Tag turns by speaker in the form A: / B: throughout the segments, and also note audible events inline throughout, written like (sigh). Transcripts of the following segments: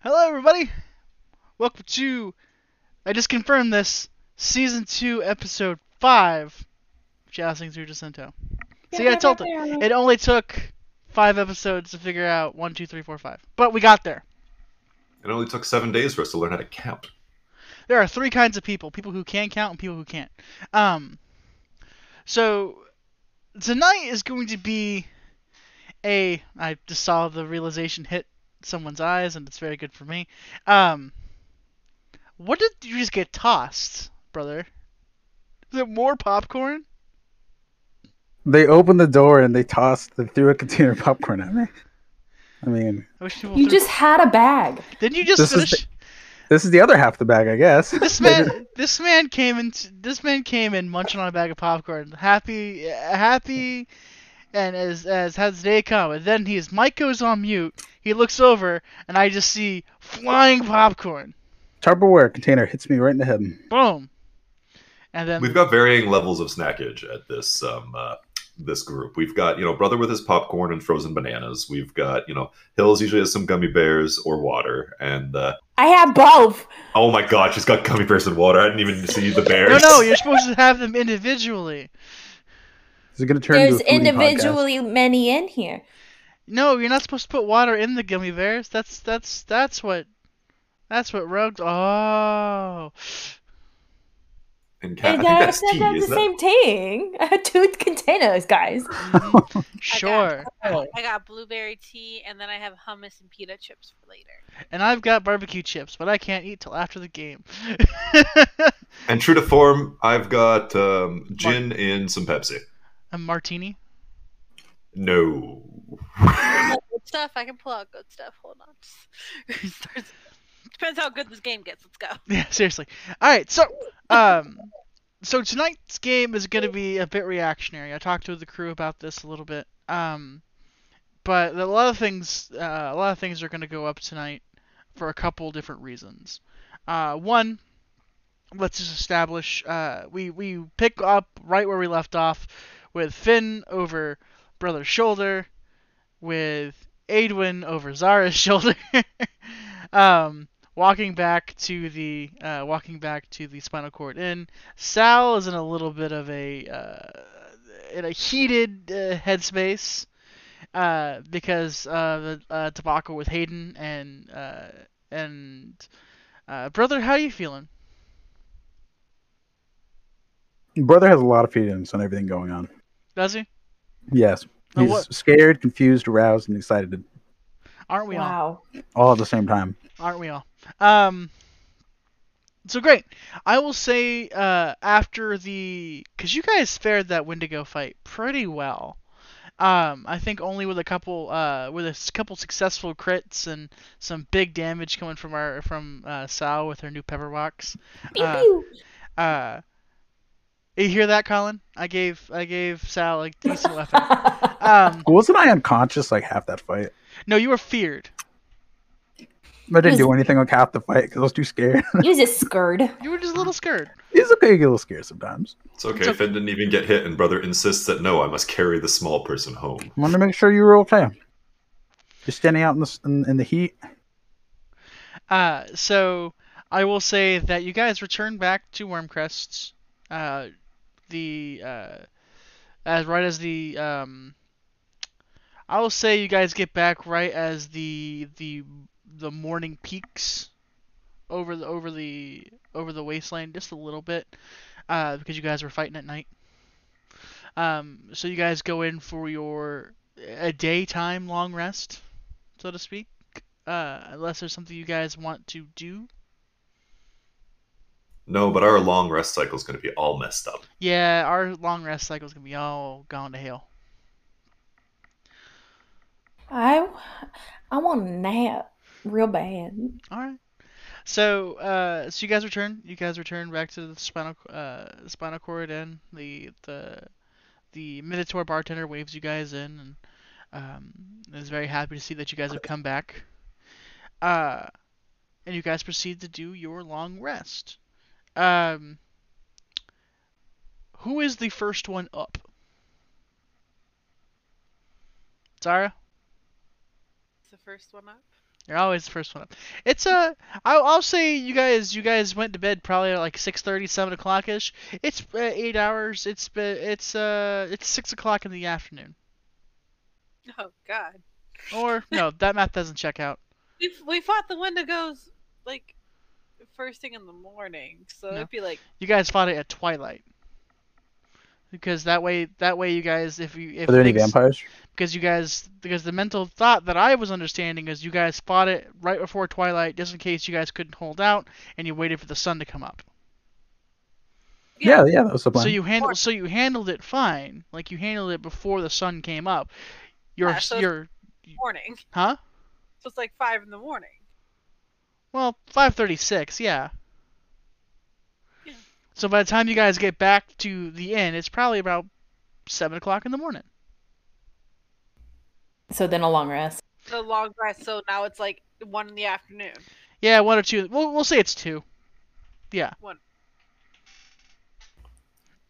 A: Hello, everybody. Welcome to. I just confirmed this. Season two, episode five. Jousting through Jacinto. See, I told it. It only took five episodes to figure out one, two, three, four, five. But we got there.
B: It only took seven days for us to learn how to count.
A: There are three kinds of people: people who can count and people who can't. Um. So tonight is going to be a. I just saw the realization hit someone's eyes, and it's very good for me. Um. What did you just get tossed, brother? Is it more popcorn?
C: They opened the door and they tossed, they threw a container of popcorn at me. I mean,
A: I wish people
D: You
A: threw-
D: just had a bag.
A: didn't you just
C: This is
A: finish?
C: this is the other half of the bag, I guess.
A: This
C: They did-
A: man, this man came in. This man came in munching on a bag of popcorn, happy, happy, and as as has the day come. And then his mic goes on mute. He looks over, and I just see flying popcorn.
C: Tupperware container hits me right in the head.
A: Boom. And then
B: We've got varying levels of snackage at this um, uh, this group. We've got you know brother with his popcorn and frozen bananas. We've got you know Hills usually has some gummy bears or water. And uh,
D: I have both.
B: oh my god, she's got gummy bears and water. I didn't even see the
A: no,
B: bears.
A: no, you're supposed to have them individually.
C: Is it going to turn
D: There's
C: into a foodie
D: individually many in here.
A: No, you're not supposed to put water in the gummy bears. That's that's that's what, that's what Rogue. Oh,
B: and cat, I
D: And
B: think
D: I
B: that's
D: said
B: tea.
D: that's
B: Is
D: the
B: that?
D: same thing. (laughs) I had two containers, guys.
C: podcast?
A: sure.
E: I got blueberry tea, and then I have hummus and pita chips for later.
A: and I've got barbecue chips, but I can't eat till after the game. (laughs)
B: And true to form, I've got um, gin and some Pepsi.
A: a martini.
B: No.
E: Oh, Good stuff. I can pull out good stuff. Hold on. (laughs) Starts- Depends how good this game gets. Let's go.
A: (laughs) Yeah, seriously. All right, so um, so tonight's game is gonna be a bit reactionary. I talked to the crew about this a little bit. Um, but a lot of things, uh, a lot of things are gonna go up tonight for a couple different reasons. Uh, one, let's just establish uh, we we pick up right where we left off with Finn over brother's shoulder, with Adwin over Zara's (laughs) shoulder. um, walking back to the uh, walking back to the Spinal Cord Inn. Sal is in a little bit of a uh, in a heated uh, headspace uh, because of the uh, debacle with Hayden and uh, and uh, brother. How you feeling?
C: Brother has a lot of feelings on everything going on.
A: Does he?
C: Yes.
A: Now
C: He's
A: what-
C: scared, confused, aroused, and excited
A: Aren't we all?
D: Wow.
C: all at the same time.
A: aren't we all? Um, so great. I will say uh, after the because you guys fared that Wendigo fight pretty well. Um, I think only with a couple uh, with a s- couple successful crits and some big damage coming from our from uh, Sal with her new pepper box.
D: Pew,
A: Uh,
D: pew.
A: uh, you hear that, Colin? I gave I gave Sal a decent weapon.
D: (laughs)
A: (laughs) Um,
C: Wasn't I unconscious like half that fight?
A: no, you were feared.
C: But I didn't
D: Was-
C: do anything like half the fight because I was too scared. (laughs)
D: he was a scared.
A: You were just a little scared.
C: it's okay to get a little scared sometimes.
B: It's okay. Finn didn't even get hit, and brother insists that no, I must carry the small person home.
C: I wanted to make sure you were okay. You're standing out in the, s- in, in the heat.
A: Uh, so I will say that you guys return back to Wormcrest. Uh, the uh, as right as the um, I will say you guys get back right as the the the morning peaks over the over the over the wasteland just a little bit uh, because you guys were fighting at night. Um, so you guys go in for your a daytime long rest, so to speak uh, unless there's something you guys want to do.
B: No, but our long rest cycle is going to be all messed up.
A: Yeah, our long rest cycle's gonna be all gone to hell.
D: I, I want a nap real bad.
A: All right. So, uh, so you guys return. You guys return back to the spinal, uh, spinal cord inn. The the the Minotaur bartender waves you guys in and um, is very happy to see that you guys have come back. Uh, and you guys proceed to do your long rest. Um, who is the first one up? Zara.
E: It's the first one up.
A: You're always the first one up. It's a. I'll, I'll say you guys. You guys went to bed probably at like 6:30, 7 o'clock ish. It's uh, eight hours. It's be- It's uh. It's six o'clock in the afternoon.
E: Oh God.
A: Or no, that math doesn't check out.
E: We we fought the Wendigos like first thing in the morning, so
A: No.
E: it'd be like
A: You guys fought it at twilight. Because that way, that way, you guys, if you if
C: Are there any
A: things-
C: vampires?
A: because you guys because the mental thought that I was understanding is you guys fought it right before twilight, just in case you guys couldn't hold out, and you waited for the sun to come up.
C: Yeah, yeah, that was the plan.
A: So you handled
E: course.
A: so you handled it fine. Like you handled it before the sun came up. Your
E: Yeah, so-
A: your
E: morning.
A: huh?
E: So it's like five in the morning.
A: Well, 5:36, yeah.
E: Yeah.
A: So by the time you guys get back to the inn, it's probably about seven o'clock in the morning.
D: So then a long rest.
E: The long rest. So now it's like one in the afternoon.
A: Yeah, one or two. We'll we'll say it's two. Yeah.
E: One.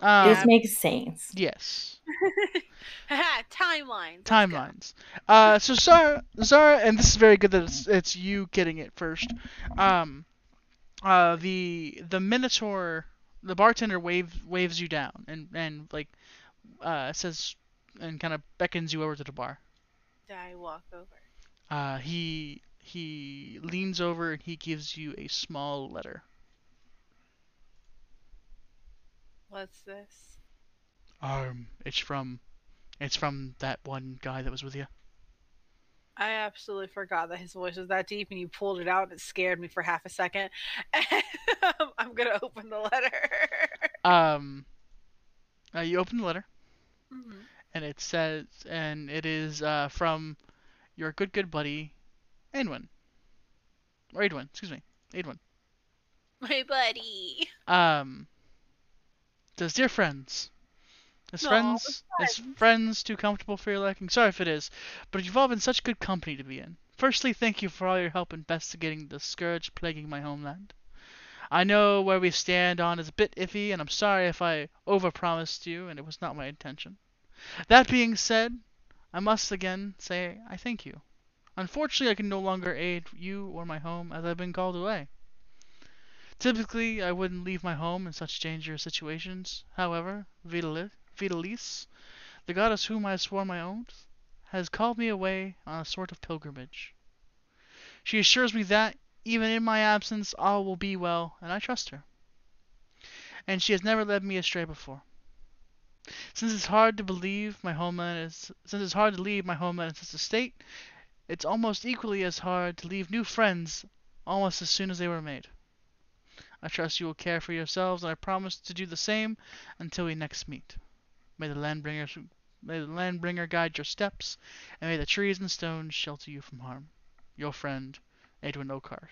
A: Um,
D: this makes sense.
A: yes.
E: Haha, Timeline. Let's go.
A: timelines. Uh, so Zara, Zara, and this is very good that it's, it's you getting it first. Um, uh, the the Minotaur, the bartender waves waves you down and and like uh, says and kind of beckons you over to the bar.
E: I walk over.
A: Uh, he he leans over and he gives you a small letter.
E: What's this?
A: Um, it's from it's from that one guy that was with you.
E: I absolutely forgot that his voice was that deep, and you pulled it out, and it scared me for half a second. (laughs) I'm gonna open the letter.
A: Um, uh, you open the letter.
E: Mhm.
A: and it says, and it is uh, from your good good buddy, Edwin. Or Edwin, excuse me, Edwin.
E: (laughs) My buddy.
A: Um, does dear friends, is
E: Aw,
A: friends, is
E: friends.
A: friends too comfortable for your liking? Sorry if it is, but you've all been such good company to be in. Firstly, thank you for all your help investigating the scourge plaguing my homeland. I know where we stand on is a bit iffy, and I'm sorry if I overpromised you, and it was not my intention. That being said, I must again say I thank you. Unfortunately, I can no longer aid you or my home as I've been called away. Typically, I wouldn't leave my home in such dangerous situations. However, Vitali- Vitalis, the goddess whom I swore my oath, has called me away on a sort of pilgrimage. She assures me that, even in my absence, all will be well, and I trust her. And she has never led me astray before. Since it's hard to believe my homeland is since it's hard to leave my homeland in such a state, it's almost equally as hard to leave new friends almost as soon as they were made. I trust you will care for yourselves, and I promise to do the same until we next meet. May the land bringer, may the land bringer guide your steps, and may the trees and stones shelter you from harm. Your friend, Edwin Okart.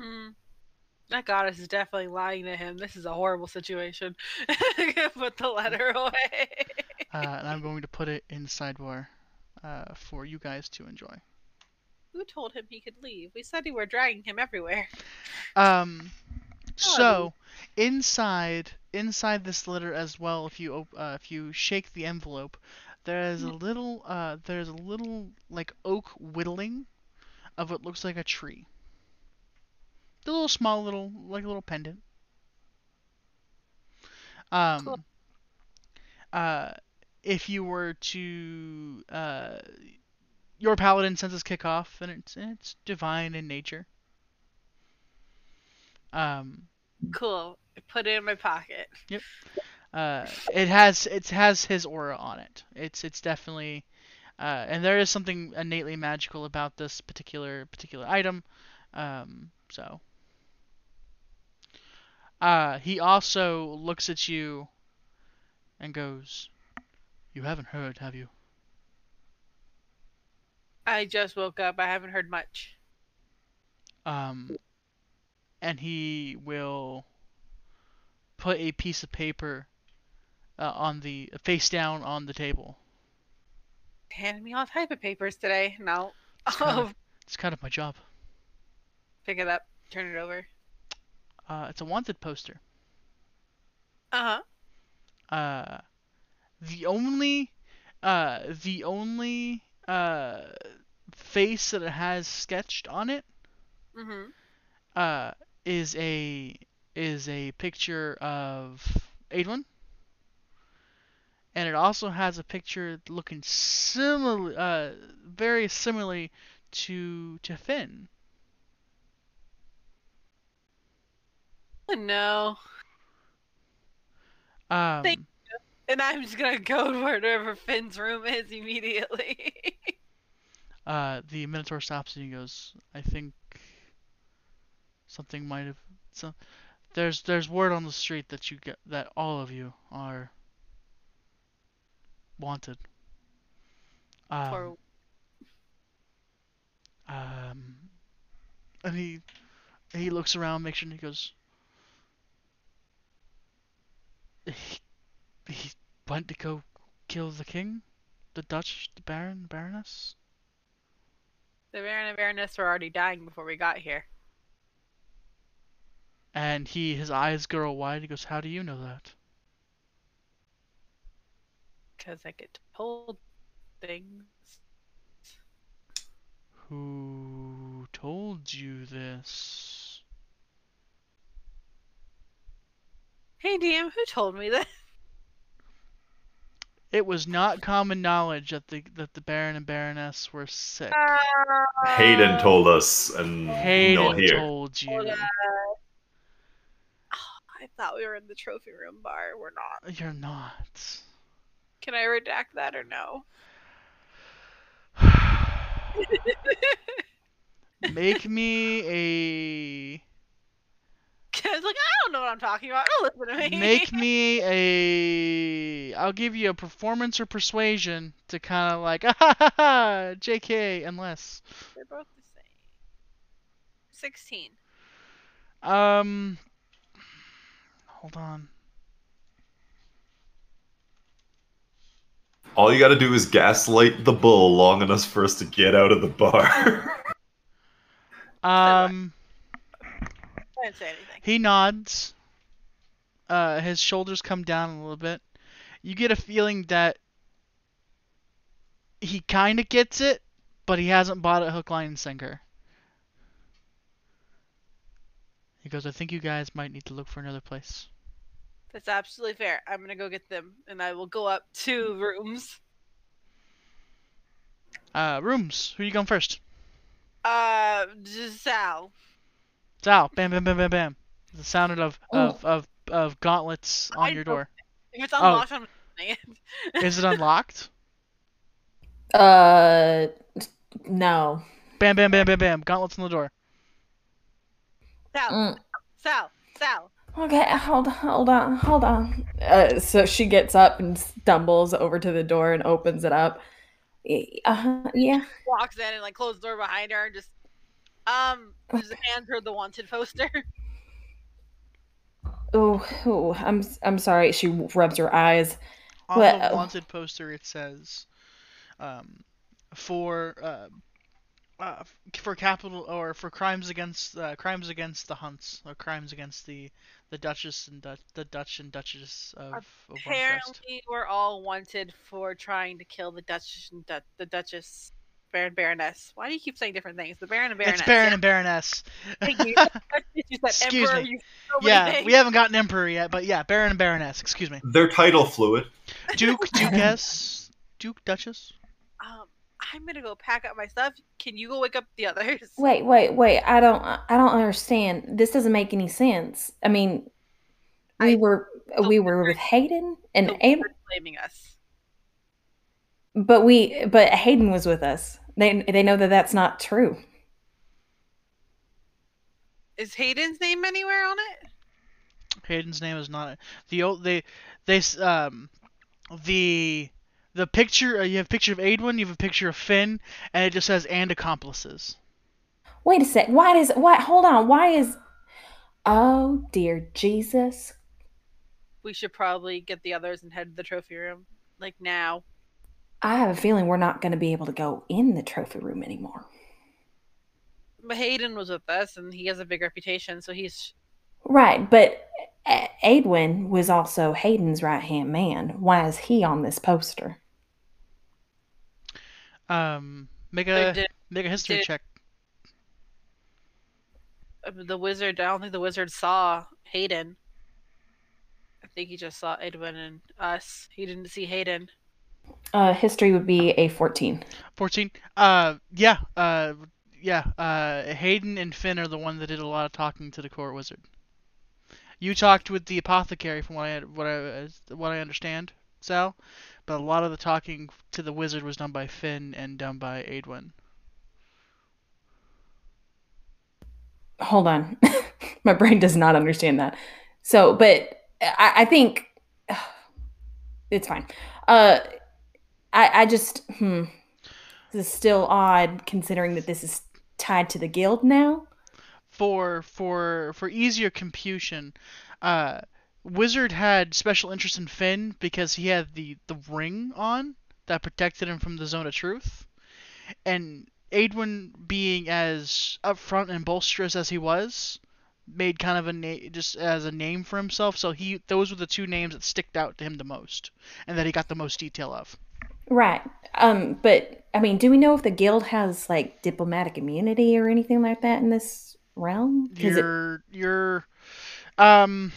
E: Hmm. That goddess is definitely lying to him. This is a horrible situation. (laughs) Put the letter away. (laughs)
A: Uh, and I'm going to put it in sidebar uh, for you guys to enjoy.
E: Who told him he could leave? We said we were dragging him everywhere.
A: Um,
E: Oh.
A: so inside inside this letter as well, if you op- uh, if you shake the envelope, there is a
E: Mm.
A: little uh, there's a little like oak whittling of what looks like a tree. The little small little like a little pendant. Um,
E: Cool.
A: uh, if you were to uh, your paladin senses kick off, and it's and it's divine in nature. Um,
E: Cool. I put it in my pocket.
A: uh, it has it has his aura on it. It's it's definitely, uh, and there is something innately magical about this particular particular item. Um, so, uh, he also looks at you and goes, "You haven't heard, have you?"
E: I just woke up. I haven't heard much.
A: Um, and he will put a piece of paper uh, on the face down on the table.
E: handed me all type of papers today. No. (laughs)
A: It's kind of- It's kind of my job.
E: pick it up. Turn it over.
A: Uh, it's a wanted poster.
E: Uh huh.
A: Uh, the only, uh, the only uh, face that it has sketched on it
E: Mm-hmm.
A: uh, is a is a picture of Adwin, and it also has a picture looking similar, uh, very similarly to to Finn.
E: No.
A: Um,
E: Thank And I'm just gonna go wherever Finn's room is immediately. (laughs)
A: uh, the Minotaur stops and he goes, "I think something might have some." There's there's word on the street that you get that all of you are wanted. Um,
E: For-
A: Um, and he he looks around, makes sure, and he goes. He, he went to go kill the king, the Dutch, the Baron, the Baroness.
E: the Baron and Baroness were already dying before we got here.
A: And he his eyes grow wide. He goes, "How do you know that?"
E: Because I get told things.
A: Who told you this?
E: Hey DM, who told me (laughs) that?
A: It was not common knowledge that the that the Baron and Baroness were sick.
E: Uh,
B: Hayden told us, and
A: Uh, Hayden
B: not here.
A: told you.
E: Hold on. I thought we were in the trophy room bar. We're not.
A: You're not.
E: Can I redact that or no? (laughs)
A: Make me
E: Because like I don't know what I'm talking about. Don't listen to
A: a
E: me.
A: make me a I'll give you a performance or persuasion to kind of like (laughs) ah, ha, ha, ha, JK unless
E: (laughs) They're both the same. Sixteen.
A: um hold on
B: All you got to do is gaslight the bull long enough for us to get out of the bar. (laughs)
A: um
E: I didn't say anything.
A: he nods uh his shoulders come down a little bit you get a feeling that he kind of gets it but he hasn't bought it hook line and sinker he goes i think you guys might need to look for another place
E: That's absolutely fair. I'm gonna go get them, and I will go up two rooms.
A: uh rooms who you going first
E: Uh, Giselle.
A: sal bam bam bam bam bam the sound of of of, of gauntlets
E: Oh. I
A: on your
E: know.
A: door
E: If
A: Oh.
E: it's unlocked, I'm opening it.
A: is it unlocked
D: Uh, no.
A: bam bam bam bam bam gauntlets on the door
E: Sal,
D: Mm.
E: Sal, Sal.
D: Okay, hold on, hold on, hold on. Uh, so she gets up and stumbles over to the door and opens it up. Y- Uh, yeah.
E: Walks in and like closes the door behind her and just um
A: (laughs)
E: just hands her the wanted poster.
D: Oh, ooh, I'm I'm sorry. She rubs her eyes.
A: on
D: Well-
A: the wanted poster it says um, for uh, uh, for capital or for crimes against uh, crimes against the Hunts or crimes against the the Duchess and Dut the Dutch and Duchess of, of Runfest.
E: Apparently, we're all wanted for trying to kill the Duchess and du- the Duchess, Baron Baroness. Why do you keep saying different things? The Baron and Baroness.
A: It's Baron and Baroness.
E: Thank
A: (laughs)
E: you. You said
A: Excuse
E: Emperor,
A: me.
E: you so many
A: yeah,
E: things.
A: we haven't gotten Emperor yet, but yeah, Baron and Baroness. Excuse
E: (laughs)
A: me,
B: Their title fluid.
A: Duke, Duchess, Duke, Duchess.
E: Um, I'm gonna go pack up my stuff. Can you go wake up the others?
D: Wait, wait, wait. I don't I don't understand. This doesn't make any sense. I mean, we
E: I-
D: were we were with Hayden and
E: The
D: Ab-
E: Lord's blaming us.
D: but we but Hayden was with us. They they know that that's not true.
E: Is Hayden's name anywhere on it?
A: Hayden's name is not the old they they s- um the the picture uh, you have a picture of Adwin, you have a picture of Finn, and it just says and accomplices.
D: Wait a sec. Why does why hold on? Why is Oh dear Jesus.
E: We should probably get the others and head to the trophy room, like now.
D: I have a feeling we're not going to be able to go in the trophy room anymore.
E: But Hayden was with us, and he has a big reputation, so he's
D: Right, but A- Edwin was also Hayden's right-hand man. Why is he on this poster?
A: Um, make
E: they're
A: a
E: dead
A: Make a history
E: Did-
A: check.
E: Uh, The wizard. I don't think the wizard saw Hayden. I think he just saw Edwin and us. He didn't see Hayden.
D: Uh, history would be a 14.
A: 14. Uh, yeah. Uh, yeah. Uh, Hayden and Finn are the one that did a lot of talking to the court wizard. You talked with the apothecary, from what I what I what I understand, Sal. But a lot of the talking to the wizard was done by Finn and done by Aedwin.
D: Hold on. (laughs) My brain does not understand that. So, but I, I think (sighs) it's fine. Uh, I, I just, hmm. This is still odd considering that this is tied to the guild now.
A: for for for easier computation, uh, Wizard had special interest in Finn because he had the the ring on that protected him from the zone of truth, and Aedwin being as upfront and bolsterous as he was, made kind of a na- just as a name for himself. So he those were the two names that sticked out to him the most, and that he got the most detail of.
D: Right. Um, but I mean, do we know if the guild has like diplomatic immunity or anything like that in this realm? 'Cause it-
A: You're you're um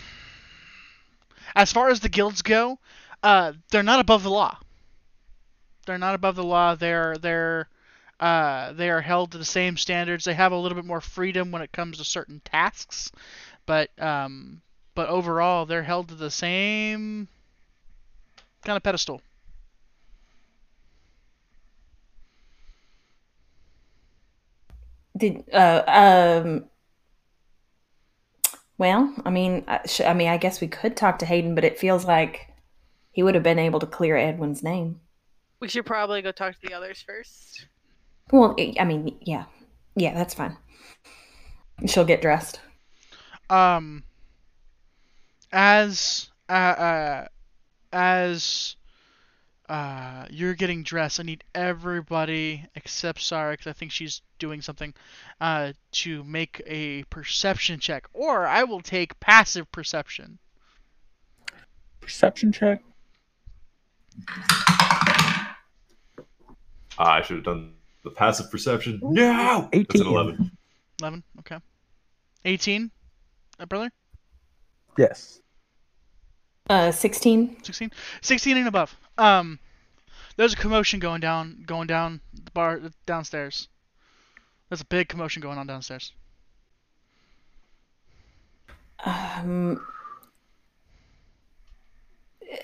A: as far as the guilds go, uh they're not above the law. They're not above the law. They're they're uh they are held to the same standards. They have a little bit more freedom when it comes to certain tasks, but um but overall they're held to the same kind of pedestal.
D: Did uh um well, I mean, I, sh- I mean, I guess we could talk to Hayden, but it feels like he would have been able to clear Edwin's name.
E: We should probably go talk to the others first.
D: Well, I I mean, yeah, yeah, that's fine. She'll get dressed.
A: um as uh, uh as uh you're getting dressed i need everybody except sarah because i think she's doing something uh to make a perception check or i will take passive perception
C: Perception check.
B: Ah, I should have done the passive perception. No, that's an
C: 18.
B: eleven.
A: 11 okay 18 uh, brother
C: Yes.
D: Uh, sixteen.
A: 16 16 and above um there's a commotion going down going down the bar downstairs there's a big commotion going on downstairs
D: Um,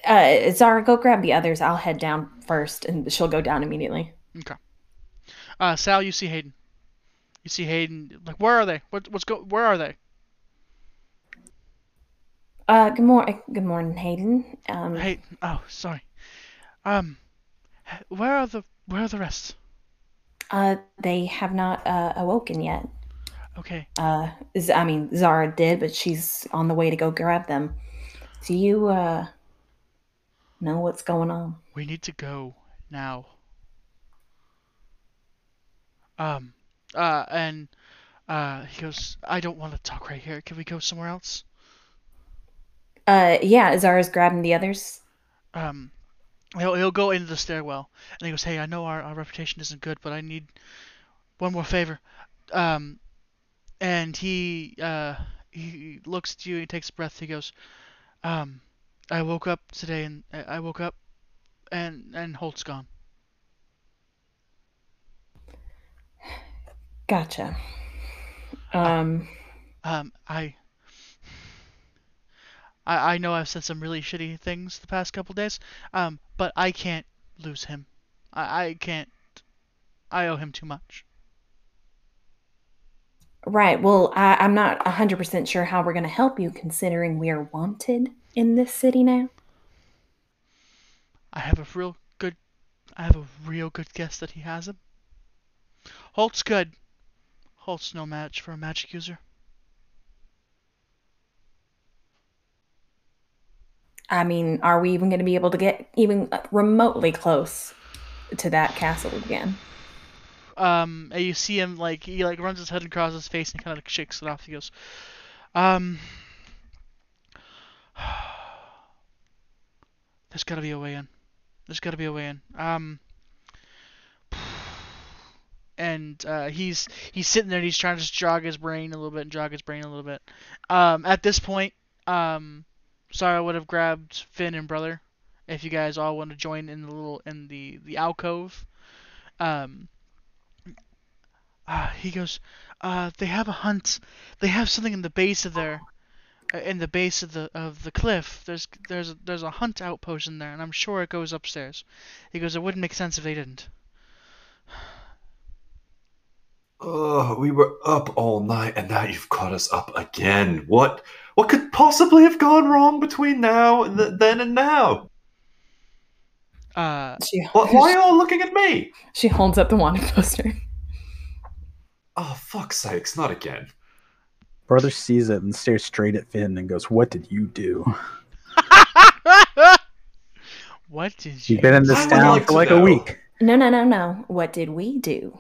D: uh, Zara, go grab the others. I'll head down first, and she'll go down immediately.
A: Uh, Sal, you see Hayden. You see Hayden. Like, where are they? What, what's go? Where are they?
D: Uh, good morning, good morning, Hayden. Um,
A: Hayden. Oh, sorry. Um, h- where are the where are the rest?
D: uh, they have not uh, awoken yet.
A: Okay.
D: uh Z- i mean zara did but she's on the way to go grab them do you uh know what's going on
A: We need to go now. Um, uh, and, uh, he goes, I don't want to talk right here. Can we go somewhere else?
D: uh yeah zara's grabbing the others
A: um he'll, he'll go into the stairwell and he goes hey i know our, our reputation isn't good but i need one more favor um and he uh he looks at you he takes a breath he goes um i woke up today and i I woke up and and holt's gone
D: gotcha um
A: um i i i know i've said some really shitty things the past couple days um but i can't lose him i i can't i owe him too much
D: right well I, i'm not 100% sure how we're going to help you considering we are wanted in this city now
A: I have a real good I have a real good guess that he has him. Holt's good. Holt's no match for a magic user.
D: i mean are we even going to be able to get even uh, remotely close to that castle again
A: Um and you see him like he like runs his head across his face and kinda like, shakes it off. He goes Um (sighs) There's gotta be a way in. There's gotta be a way in. Um (sighs) and uh, he's he's sitting there and he's trying to just jog his brain a little bit and jog his brain a little bit. Um, at this point, um, Sarah would have grabbed Finn and brother if you guys all want to join in the little in the the alcove. Um, uh, he goes, uh, they have a hunt. They have something in the base of their uh, in the base of the of the cliff. There's there's there's a hunt outpost in there, and I'm sure it goes upstairs. He goes, it wouldn't make sense if they didn't.
B: Oh, we were up all night, and now you've caught us up again. What? What could possibly have gone wrong between now and th- then and now?
A: Uh,
D: She,
B: Why, why are you all looking at me?
D: she holds up the wanted poster.
B: Oh, fuck's sakes, not again.
C: Brother sees it and stares straight at Finn and goes, "What did you do?
A: what did you?
C: You've been in this
B: I would
C: town
B: like
C: for
B: to
C: like a
B: know.
C: week.
D: No, no, no, no. What did we do?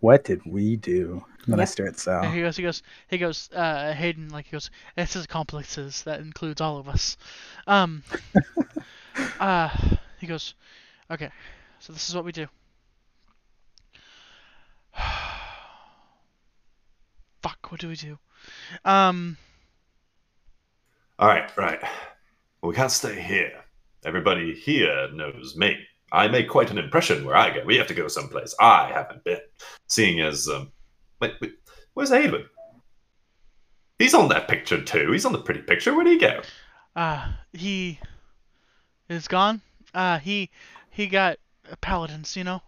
C: What did we do?" And then I
D: Yep.
C: stare at
A: And he
C: Sal.
A: goes, he goes, he goes, uh, Hayden, like he goes, this is complexes that includes all of us. Um, uh, he goes, okay, so this is what we do. (sighs) Fuck, what do we do? Um,
B: All right, right. Well, we can't stay here. Everybody here knows me. I make quite an impression where I go. We have to go someplace I haven't been. Seeing as, um, wait, wait where's Aiden? He's on that picture too. He's on the pretty picture. Where'd he go?
A: uh, he is gone. Uh, he, he got paladins, you know?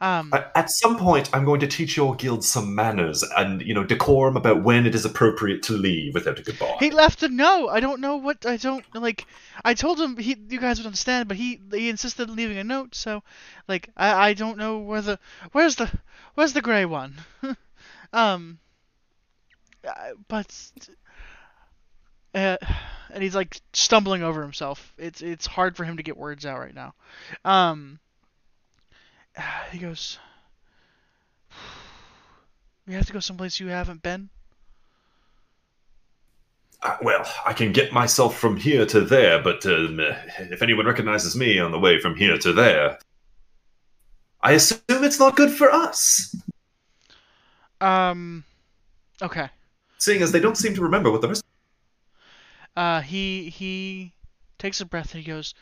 A: Um,
B: I- At some point, I'm going to teach your guild some manners and you know decorum about when it is appropriate to leave without a goodbye.
A: He left a note. I don't know what I don't like. I told him he, you guys would understand, but he he insisted on leaving a note. So, like, I I don't know where the where's the where's the gray one. (laughs) um. I- But. Uh, and he's like stumbling over himself. It's it's hard for him to get words out right now. Um. (sighs) He goes. (sighs) We have to go someplace you haven't been.
B: Uh, well, I can get myself from here to there, but um, uh, if anyone recognizes me on the way from here to there, I assume it's not good for us,
A: Um. Okay.
B: seeing as they don't seem to remember what the rest.
A: Uh, he he takes a breath and he goes,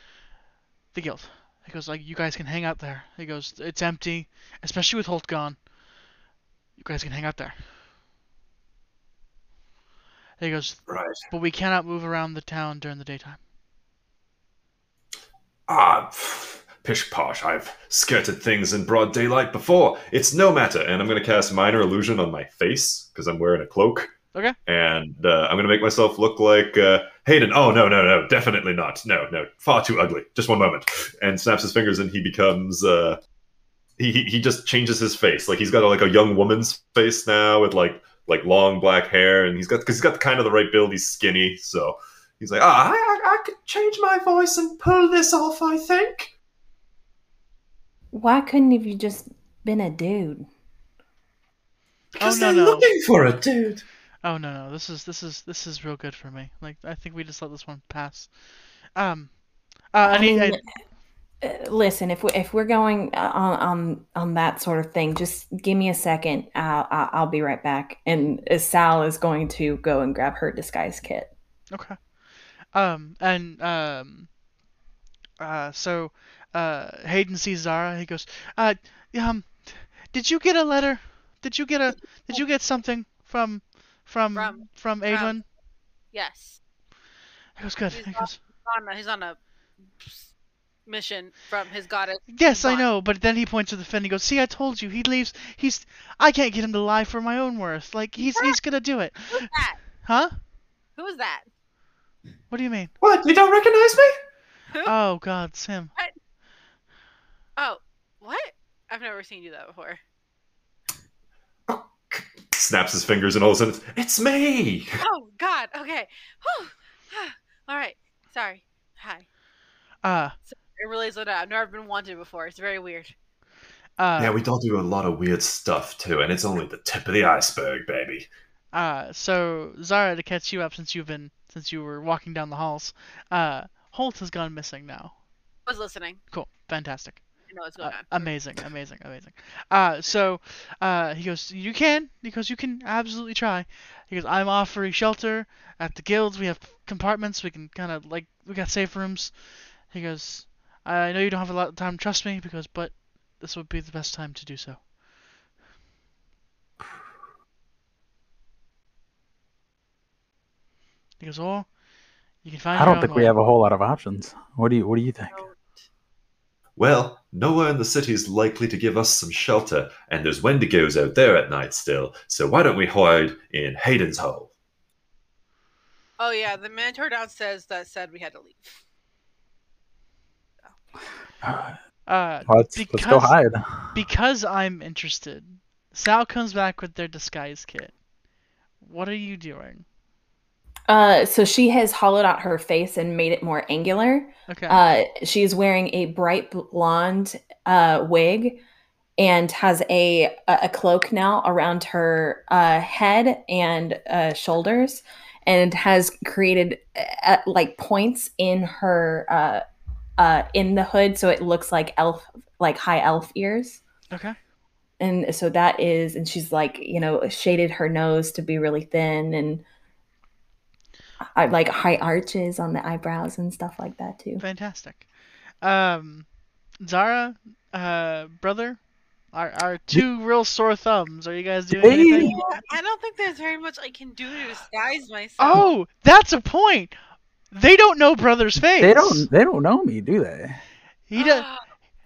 A: "The guild." He goes like, "You guys can hang out there." He goes, "It's empty, especially with Holt gone. You guys can hang out there." He goes,
B: Right.
A: "But we cannot move around the town during the daytime."
B: Ah, pff, pish posh. I've skirted things in broad daylight before. It's no matter. And I'm going to cast minor illusion on my face because I'm wearing a cloak.
A: Okay.
B: And uh, I'm going to make myself look like uh, Hayden. Oh no, no, no, definitely not. No, no, far too ugly. Just one moment. And snaps his fingers, and he becomes. Uh, he he- he just changes his face. Like he's got a, like a young woman's face now with like like long black hair, and he's got because he's got kind of the right build. He's skinny, so He's like, ah, I, I, I could change my voice and pull this off, I think.
D: Why couldn't have you just been a dude?
A: Oh no no.
B: for it, dude.
A: Oh no no. This is this is this is real good for me. Like I think we just let this one pass. Um. Uh, and he,
D: mean,
A: I-
D: uh, listen, if we if we're going uh, on on on that sort of thing, just give me a second. I'll I'll, I'll be right back. And uh, Sal is going to go and grab her disguise kit.
A: Okay. Um and um uh so uh Hayden sees Zara, he goes, uh um did you get a letter? Did you get a did you get something from from
E: From-
A: from Adwin?
E: Yes.
A: He goes, Good.
E: He's
A: He
E: not-
A: goes,
E: On a- he's on a mission from his goddess.
A: Yes, I
E: not."
A: know, but then he points to the fin, he goes, See I told you, he leaves he's I can't get him to lie for my own worth. Like he's he's gonna do it.
E: Who's that?
A: Huh?
E: Who is that?
A: What do you mean?
B: What? You don't recognize me?
A: Oh god, Sim.
E: Oh, what? I've never seen you that before.
B: Snaps his fingers, and all of a sudden, it's, it's me.
E: Oh God. Okay. Whew. (sighs) All right. Sorry. Hi.
A: Uh
E: I realize that I've never been wanted before. It's very weird.
A: uh
B: yeah, we all do a lot of weird stuff too, and it's only the tip of the iceberg, baby.
A: Uh, so Zara, to catch you up since you've been since you were walking down the halls, uh, Holt has gone missing now.
E: I was listening.
A: Cool, fantastic.
E: I know what's going
A: Uh,
E: on.
A: amazing, amazing, amazing. Uh, so uh, he goes, You can, because you can absolutely try. He goes, I'm offering shelter at the guilds. We have compartments. We can kind of, like, we got safe rooms. He goes, I know you don't have a lot of time, trust me, because, but this would be the best time to do so. He goes, Or you can find
C: I
A: your
C: don't
A: own
C: think we
A: way."
C: have a whole lot of options. What do you What do you think?
B: Well, nowhere in the city is likely to give us some shelter, and there's Wendigos out there at night still, so why don't we hide in Hayden's Hole?
E: Oh yeah, the mentor downstairs that said we had to leave.
C: (sighs)
A: Uh,
C: Uh, Let's Let's go
A: because-
C: hide.
A: Because I'm interested, Sal comes back with their disguise kit. What are you doing?
D: Uh, so she has hollowed out her face and made it more angular.
A: Okay.
D: Uh, she's wearing a bright blonde uh, wig and has a a a cloak now around her uh, head and uh, shoulders, and has created uh, like points in her uh, uh, in the hood, so it looks like elf, like high elf ears.
A: okay.
D: And so that is, and she's like, you know, shaded her nose to be really thin and I, like high arches on the eyebrows and stuff like that too.
A: Fantastic. Um, Zara, uh, brother, our our two real sore thumbs. Are you guys doing
C: Hey!
A: anything?
E: Yeah, I don't think there's very much I can do to disguise myself.
A: Oh, that's a point. They don't know brother's face.
C: They don't. They don't know me, do they?
E: (gasps)
A: He does.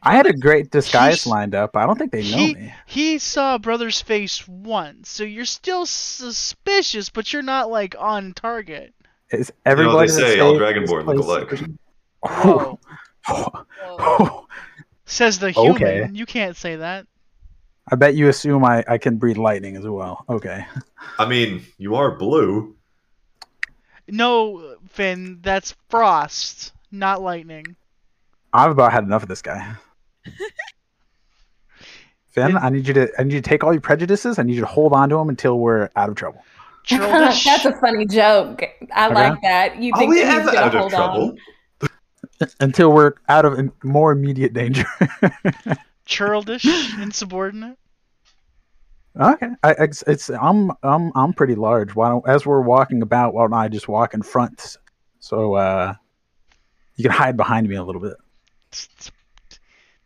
C: I had a great disguise
A: He's-
C: lined up. I don't think they know
A: he-
C: me.
A: He saw brother's face once, so you're still suspicious, but you're not like on target.
C: Is
B: You know what
C: everybody
B: they
C: that
B: say, all
C: stays in this
B: Dragonborn look
C: place-
B: alike.
A: Whoa.
E: Whoa.
A: Says the human.
C: Okay.
A: You can't say that.
C: (laughs) I bet you assume I, I can breed lightning as well. Okay.
B: I mean, you are blue.
A: No, Finn, that's frost, not
D: (laughs)
A: lightning.
C: I've about had enough of this (laughs) guy. Finn,
A: Finn-
C: I need you to I need you to take all your prejudices. I need you to hold on to them until we're out of trouble.
A: Churl the sh-
D: (laughs) That's a funny joke. I
C: Okay.
D: like that. You
B: Are
D: think
B: we
D: that he's
B: ever
D: gonna
B: out of
D: hold
B: trouble?
D: on?
C: Until we're out of im- more immediate danger. (laughs)
A: churlish, insubordinate.
C: okay. I, it's, it's I'm I'm I'm pretty large. Why don't as we're walking about, why don't I just walk in front? So uh you can hide behind me a little bit.
A: It's, it's-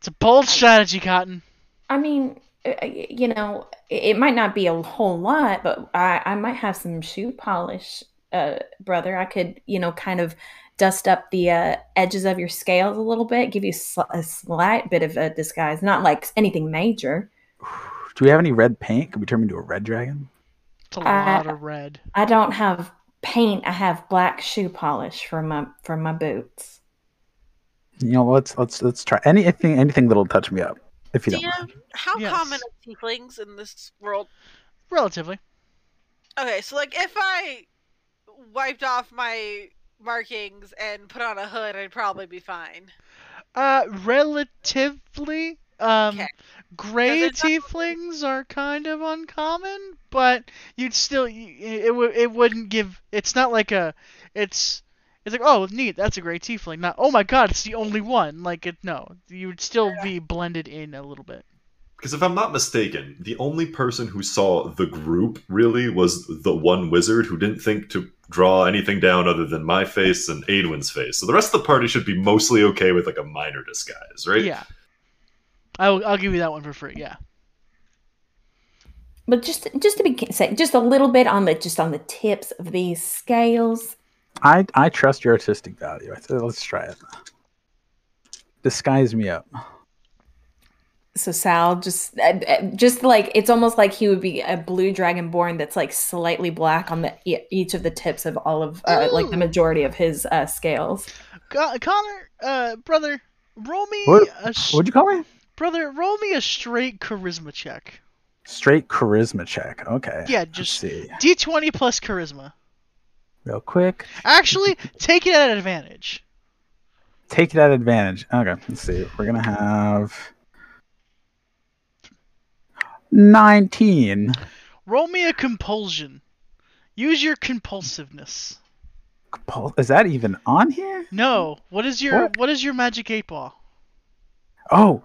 A: it's a bold strategy, Cotton.
D: I mean, uh, you know, it it might not be a whole lot, but I, I might have some shoe polish, uh, brother. I could, you know, kind of dust up the uh, edges of your scales a little bit, give you sl- a slight bit of a disguise, not like anything major.
C: Do we have any red paint? Can we turn me into a red dragon?
A: It's a
D: Uh,
A: lot of red.
D: I don't have paint. I have black shoe polish for my for my boots.
C: You know, let's let's let's try anything anything that'll touch me up. If you don't mind.
E: Damn, how
A: Yes.
E: common are tieflings in this world?
A: Relatively.
E: Okay, so like if I wiped off my markings and put on a hood, I'd probably be fine.
A: Uh, relatively. Um,
E: Okay.
A: gray
E: Does it-
A: tieflings are kind of uncommon, but you'd still y- it would it wouldn't give. It's not like a. It's it's like oh neat that's a gray tiefling. Not oh my god it's the only one. Like it no you would still be blended in a little bit.
B: Because if I'm not mistaken, the only person who saw the group really was the one wizard who didn't think to draw anything down other than my face and Aedwin's face. So the rest of the party should be mostly okay with like a minor disguise, right?
A: Yeah. I'll, I'll give you that one for free. Yeah.
D: But just just to be say, just a little bit on the just on the tips of these scales.
C: I I trust your artistic value. I said, let's try it. Disguise me up.
D: So Sal just uh, uh, just like it's almost like he would be a blue dragonborn that's like slightly black on the e- each of the tips of all of uh, like the
A: Ooh.
D: majority of his uh, scales.
A: Con- Connor, uh, brother, roll me
C: What-
A: a s-
C: What'd you call me?
A: brother, roll me a straight charisma check.
C: Straight charisma check. Okay.
A: Yeah,
C: Let's
A: just
C: see.
A: d20 plus charisma.
C: Real quick.
A: Actually, take it at advantage.
C: Take it at advantage. Okay. Let's see. We're gonna have nineteen.
A: Roll me a compulsion. Use your compulsiveness.
C: Compul- Is that even on here?
A: No. What is your
C: What?
A: what is your magic eight ball?
C: Oh,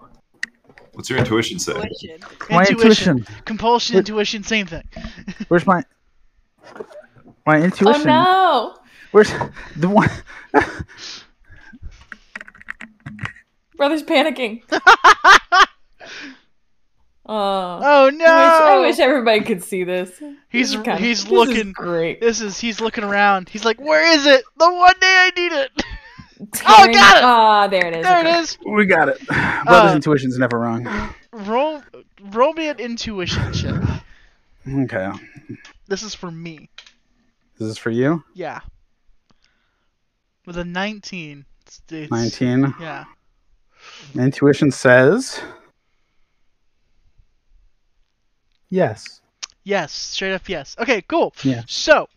B: What's your intuition say?
A: Uh.
E: Intuition.
C: My
A: Intuition.
C: intuition.
A: Compulsion,
C: It-
A: intuition, same thing.
C: Where's my my
D: Oh
C: intuition?
D: no,
C: Where's the one? (laughs)
D: brother's panicking.
A: (laughs)
D: Oh,
A: Oh no!
D: I, wish, I wish everybody could see this.
A: He's-
D: This is kinda-
A: he's
D: this is
A: looking-
D: great.
A: This is he's looking around. He's like, "Where is it? The one day I need it."
D: Tearing-
A: Oh, got it!
D: Ah, there it is.
A: there
D: okay.
A: it is.
C: We got it. Brother's
A: Uh,
C: intuition's never wrong.
A: Roll, roll me an intuition check.
C: Okay,
A: This is for me.
C: this is for you.
A: Yeah. With a 19. It's, it's-
C: Nineteen.
A: Yeah.
C: Intuition says yes.
A: Yes. Straight up yes. Okay. Cool.
C: Yeah.
A: So,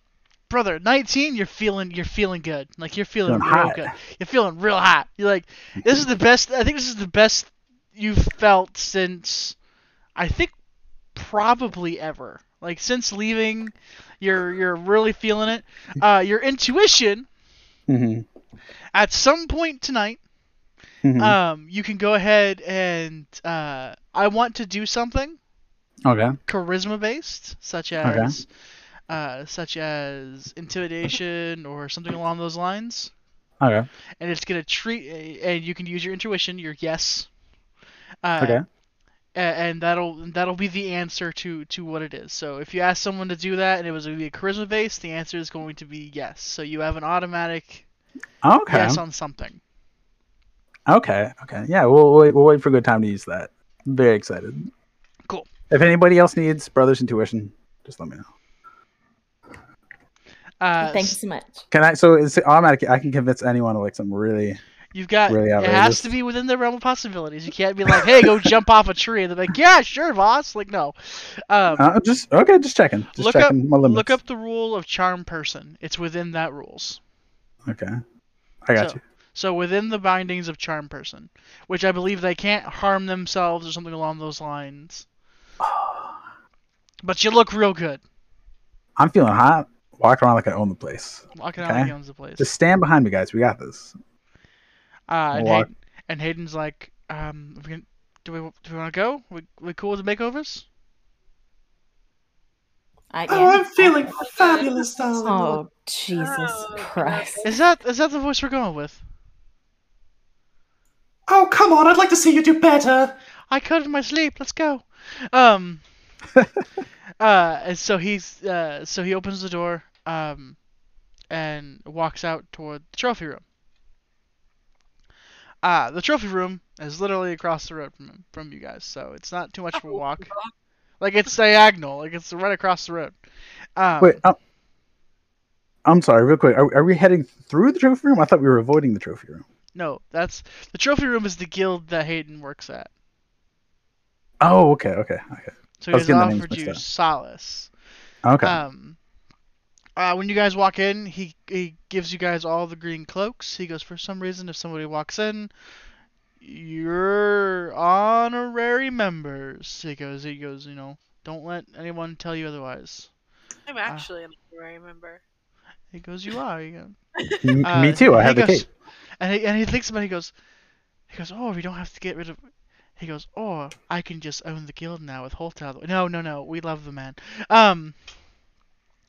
A: brother, 19. You're feeling. You're feeling good. Like you're feeling
C: Feeling
A: real
C: hot.
A: good. You're feeling real hot. You're like, this is the best. I think this is the best you've felt since, I think, probably ever. Like since leaving, you're you're really feeling it.
C: Mm-hmm.
A: Uh, your intuition
C: hmm
A: at some point tonight
C: Mm-hmm.
A: um, you can go ahead and uh, I want to do something
C: okay.
A: charisma based, such as uh, such as intimidation or something along those lines.
C: Okay.
A: And it's gonna treat, and you can use your intuition, your yes. Uh,
C: Okay.
A: a- And that'll that'll be the answer to to what it is. So if you ask someone to do that and it was going to be a charisma based, the answer is going to be yes. So you have an automatic
C: Okay.
A: yes on something.
C: Okay. Okay. Yeah, we'll wait. We'll wait for a good time to use that. Very excited.
A: Cool.
C: If anybody else needs brother's intuition, just let me know.
A: Uh,
D: Thank you so much.
C: Can I? So it's automatic. I can convince anyone of like some really.
A: You've got
C: Really
A: it has
C: outrageous.
A: to be within the realm of possibilities. You can't be like, hey, go jump off a tree and they're like, yeah, sure, boss. Like no. Um,
C: Uh, just okay. Just checking. Just
A: Look
C: checking my limits.
A: look up the rule of charm person. It's within that rules.
C: Okay. I got
A: so,
C: you.
A: So within the bindings of charm person, which I believe they can't harm themselves or something along those lines.
C: (sighs)
A: But you look real good.
C: I'm feeling hot. Walk around like I own the place.
A: Walking out
C: Okay.
A: like he owns the place.
C: Just stand behind me, guys. We got this.
A: Uh, and,
C: Walk.
A: Hayden, and Hayden's like, um, we can, do we do we want to go? We we cool with the makeovers?
D: I,
F: Oh,
D: yeah.
F: I'm feeling fabulous, darling.
D: Oh Jesus
E: Oh,
D: Christ!
E: God.
A: Is that is that the voice we're going with?
F: Oh, come on, I'd like to see you do better.
A: I could in my sleep. Let's go.
C: (laughs)
A: Um. uh. And so he's uh. So he opens the door. Um. And walks out toward the trophy room. Uh, the trophy room is literally across the road from him, from you guys, so it's not too much of a walk. Like it's diagonal, like it's right across the road. Um,
C: Wait. uh, I'm sorry. Real quick. Are, are we heading through the trophy room? I thought we were avoiding the trophy room.
A: No, that's the trophy room is the guild that Hayden works at.
C: Oh. Okay. Okay. Okay.
A: So
C: I
A: he's
C: was getting the names
A: offered
C: mixed
A: you
C: up.
A: solace.
C: Okay.
A: Um, uh, when you guys walk in, he he gives you guys all the green cloaks. He goes, for some reason, if somebody walks in, you're honorary members. He goes, he goes, you know, don't let anyone tell you otherwise.
E: I'm actually an honorary member.
A: He goes, you are. He goes,
C: M-
A: uh,
C: me too. I
A: he
C: have the
A: goes-
C: cape.
A: And he, and he thinks about it. He goes, he goes, oh, we don't have to get rid of. He goes, or I can just own the guild now with Holt out. of the way." No, no, no. We love the man. Um.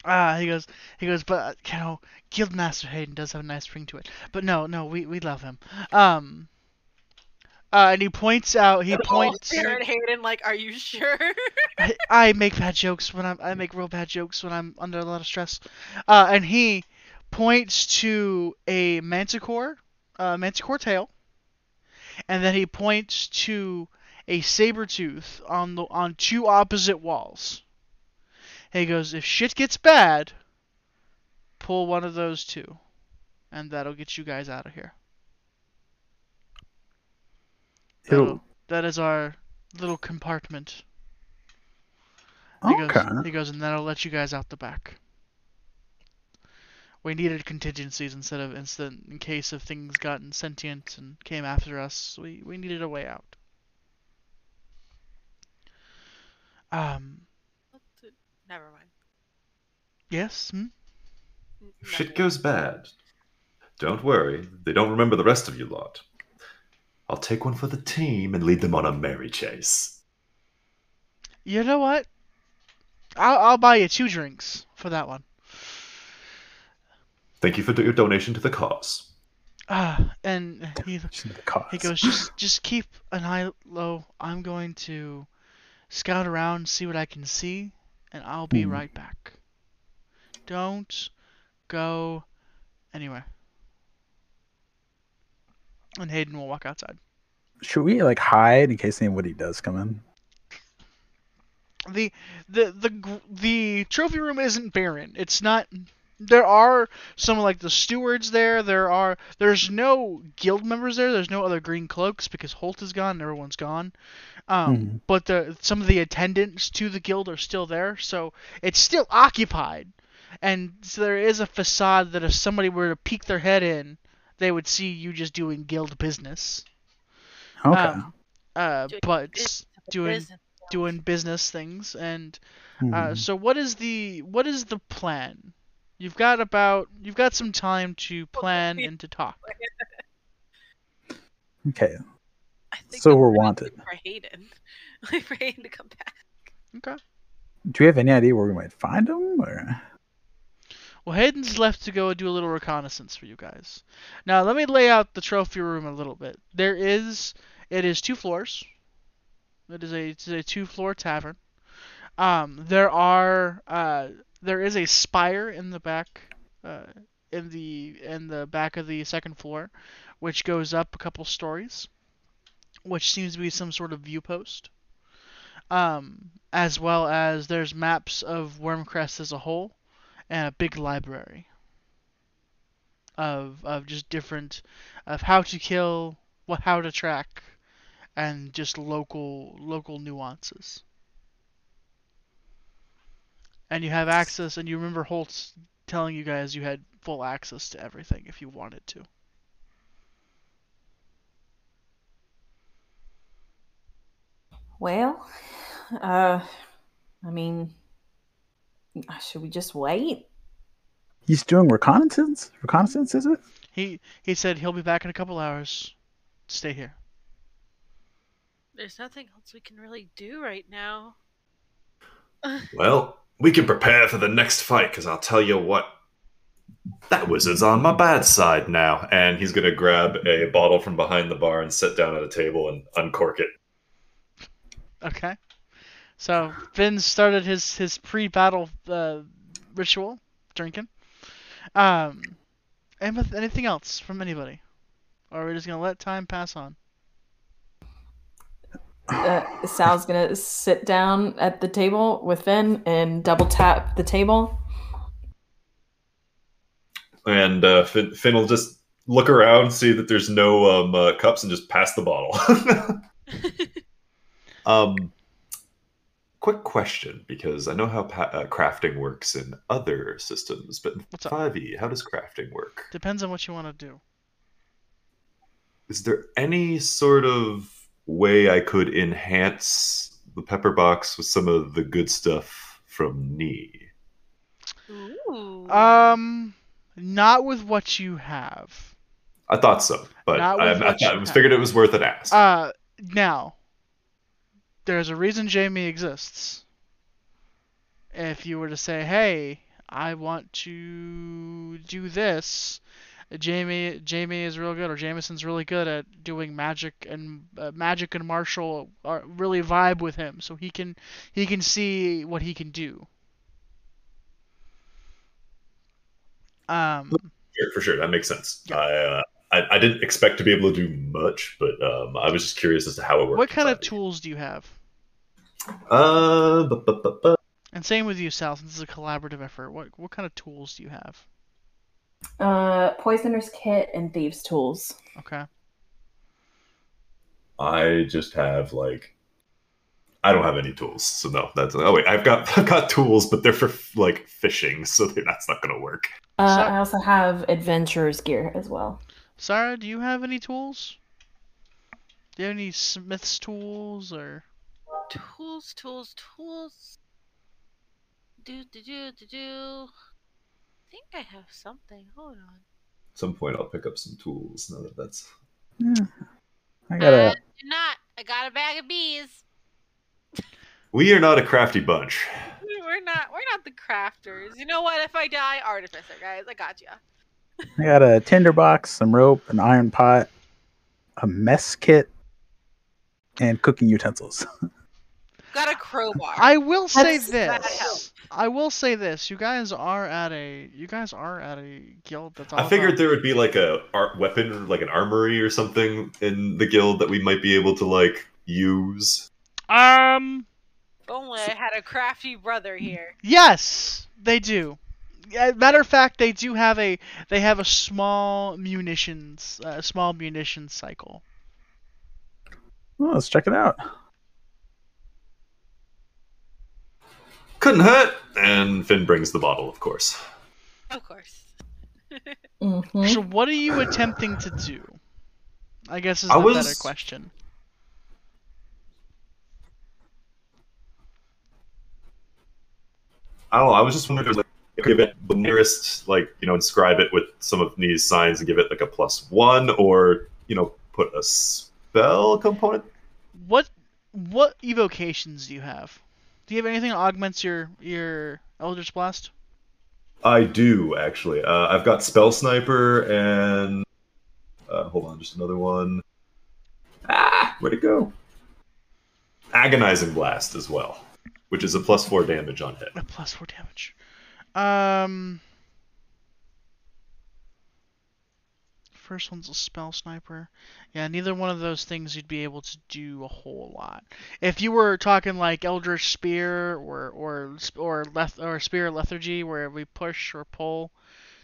A: Ah, he goes, he goes, but uh, you know, Guildmaster Hayden does have a nice ring to it. But no, no, we we love him. Um. Uh, and he points out. He points.
E: Oh, Darren Hayden, like, are you sure? (laughs)
A: I, I make bad jokes when I'm I make real bad jokes when I'm under a lot of stress. Uh, and he points to a manticore, uh, manticore tail, and then he points to a saber tooth on the on two opposite walls. And he goes, if shit gets bad, pull one of those two, and that'll get you guys out of here.
C: It'll-
A: That'll- That is our little compartment. He goes,
C: Okay.
A: he goes, and then I'll let you guys out the back. We needed contingencies instead of instant in case of things gotten sentient and came after us. We we needed a way out. Um.
E: Never mind.
A: Yes. Hmm?
E: N-
B: If
E: never
B: shit goes bad, don't worry. They don't remember the rest of you lot. I'll take one for the team and lead them on a merry chase.
A: You know what? I'll, I'll buy you two drinks for that one.
B: Thank you for do- your donation to the cause.
A: Uh, and he,
C: Just the cause.
A: he goes, just just keep an eye low. I'm going to scout around, see what I can see, and I'll be
C: Mm.
A: right back. Don't go anywhere. And Hayden will walk outside.
C: Should we like hide in case anybody does come in?
A: the the the gr- the trophy room isn't barren. It's not. There are some like the stewards there. There are. There's no guild members there. There's no other green cloaks because Holt is gone. and Everyone's gone. Um,
C: Mhm.
A: But the some of the attendants to the guild are still there, so it's still occupied. And so there is a facade that if somebody were to peek their head in, they would see you just doing guild business.
C: Okay.
A: Um, uh,
E: Doing
A: but
E: business.
A: doing
E: Business.
A: doing business things and uh,
C: Mhm.
A: so what is the what is the plan? You've got about you've got some time to plan and to talk.
C: okay.
E: I think
C: So
E: I'm
C: we're
E: really
C: wanted.
E: looking For Hayden, (laughs) like for Hayden to come back.
A: Okay.
C: Do we have any idea where we might find them? Or
A: Well, Hayden's left to go do a little reconnaissance for you guys. Now let me lay out the trophy room a little bit. There is it is two floors. It is a it's a two floor tavern. Um, there are uh, there is a spire in the back uh, in the in the back of the second floor, which goes up a couple stories, which seems to be some sort of view post. Um, as well as there's maps of Wormcrest as a whole, and a big library of of just different of how to kill, what how to track, and just local local nuances. And you have access, and you remember Holtz telling you guys you had full access to everything if you wanted to.
D: Well, uh, I mean, uh, should we just wait?
C: he's doing reconnaissance. Reconnaissance is it?
A: He he said he'll be back in a couple hours. Stay here.
E: There's nothing else we can really do right now.
B: Well, we can prepare for the next fight, because I'll tell you what, that wizard's on my bad side now. And he's going to grab a bottle from behind the bar and sit down at a table and uncork it.
A: Okay. So Finn started his his pre-battle uh, ritual, drinking. Um, and with anything else from anybody, or are we just gonna let time pass on?
D: Uh, Sal's gonna sit down at the table with Finn and double tap the table.
B: And uh, Finn, Finn will just look around, see that there's no um, uh, cups, and just pass the bottle. um, quick question, because I know how pa- uh, crafting works in other systems, but in
A: What's up?
B: 5e, how does crafting work?
A: Depends on what you want to do.
B: is there any sort of way I could enhance the pepper box with some of the good stuff from Nee?
E: Ooh.
A: Um, not with what you have.
B: I thought so, but
A: Not with
B: I, I,
A: what
B: thought- I
A: you
B: was
A: have.
B: figured it was worth an ask.
A: Uh, now, there's a reason Jamie exists. If you were to say, "Hey, I want to do this," Jamie Jamie is real good, or Jameson's really good at doing magic and uh, magic and martial are really vibe with him, so he can he can see what he can do. Um,
B: Sure, for sure, that makes sense.
A: Yeah.
B: I, uh, I I didn't expect to be able to do much, but um, I was just curious as to how it worked.
A: what kind of
B: inside.
A: tools do you have?
B: Uh, bu- bu- bu- bu-
A: And same with you, Sal. Since this is a collaborative effort, what what kind of tools do you have?
D: Uh, poisoner's kit and thieves' tools.
A: Okay.
B: I just have like. I don't have any tools, so no. That's oh wait, I've got (laughs) I've got tools, but they're for like fishing, so they're, that's not gonna work.
D: Uh,
A: So-
D: I also have adventurer's gear as well.
A: Sarah, do you have any tools? Do you have any smith's tools or
E: tools, tools, tools. Do do do do do. I think I have something. Hold on.
B: some point I'll pick up some tools now that that's
C: Yeah. I
A: Uh,
C: gotta.
E: did not. I got a bag of bees.
B: We are not a crafty bunch.
E: We're not. We're not the crafters. You know what? If I die, artificer, guys, I got you.
C: I got a tinderbox, some rope, an iron pot, a mess kit, and cooking utensils. (laughs)
E: Got a crowbar.
A: I will say
D: That's-
E: that
A: this.
E: helps.
A: I will say this. You guys are at a you guys are at a guild that's all
B: I figured
A: about-
B: there would be like a ar- weapon, like an armory or something in the guild that we might be able to like use.
A: Um
E: If Only I had a crafty brother here.
A: yes, they do. Yeah, Matter of fact, they do have a they have a small munitions uh, small munitions cycle.
C: Well, let's check it out.
B: Couldn't hurt. And Finn brings the bottle, of course.
E: Of course.
A: (laughs)
D: Mhm.
A: So what are you attempting to do? I guess is
B: I
A: the
B: was-
A: better question.
B: I don't know. I was just wondering, if there's, like, give it the nearest, like you know, inscribe it with some of these signs and give it like a plus one, or you know, put a spell component.
A: What what evocations do you have? Do you have anything that augments your your Eldritch Blast?
B: I do actually. Uh, I've got spell sniper and uh, hold on, just another one. Ah, where'd it go? Agonizing blast as well, which is a plus four damage on hit.
A: A plus four damage. Um. First one's a spell sniper. Yeah, neither one of those things you'd be able to do a whole lot. If you were talking like Eldritch Spear or or s- or leth- or Spear Lethargy, where we push or pull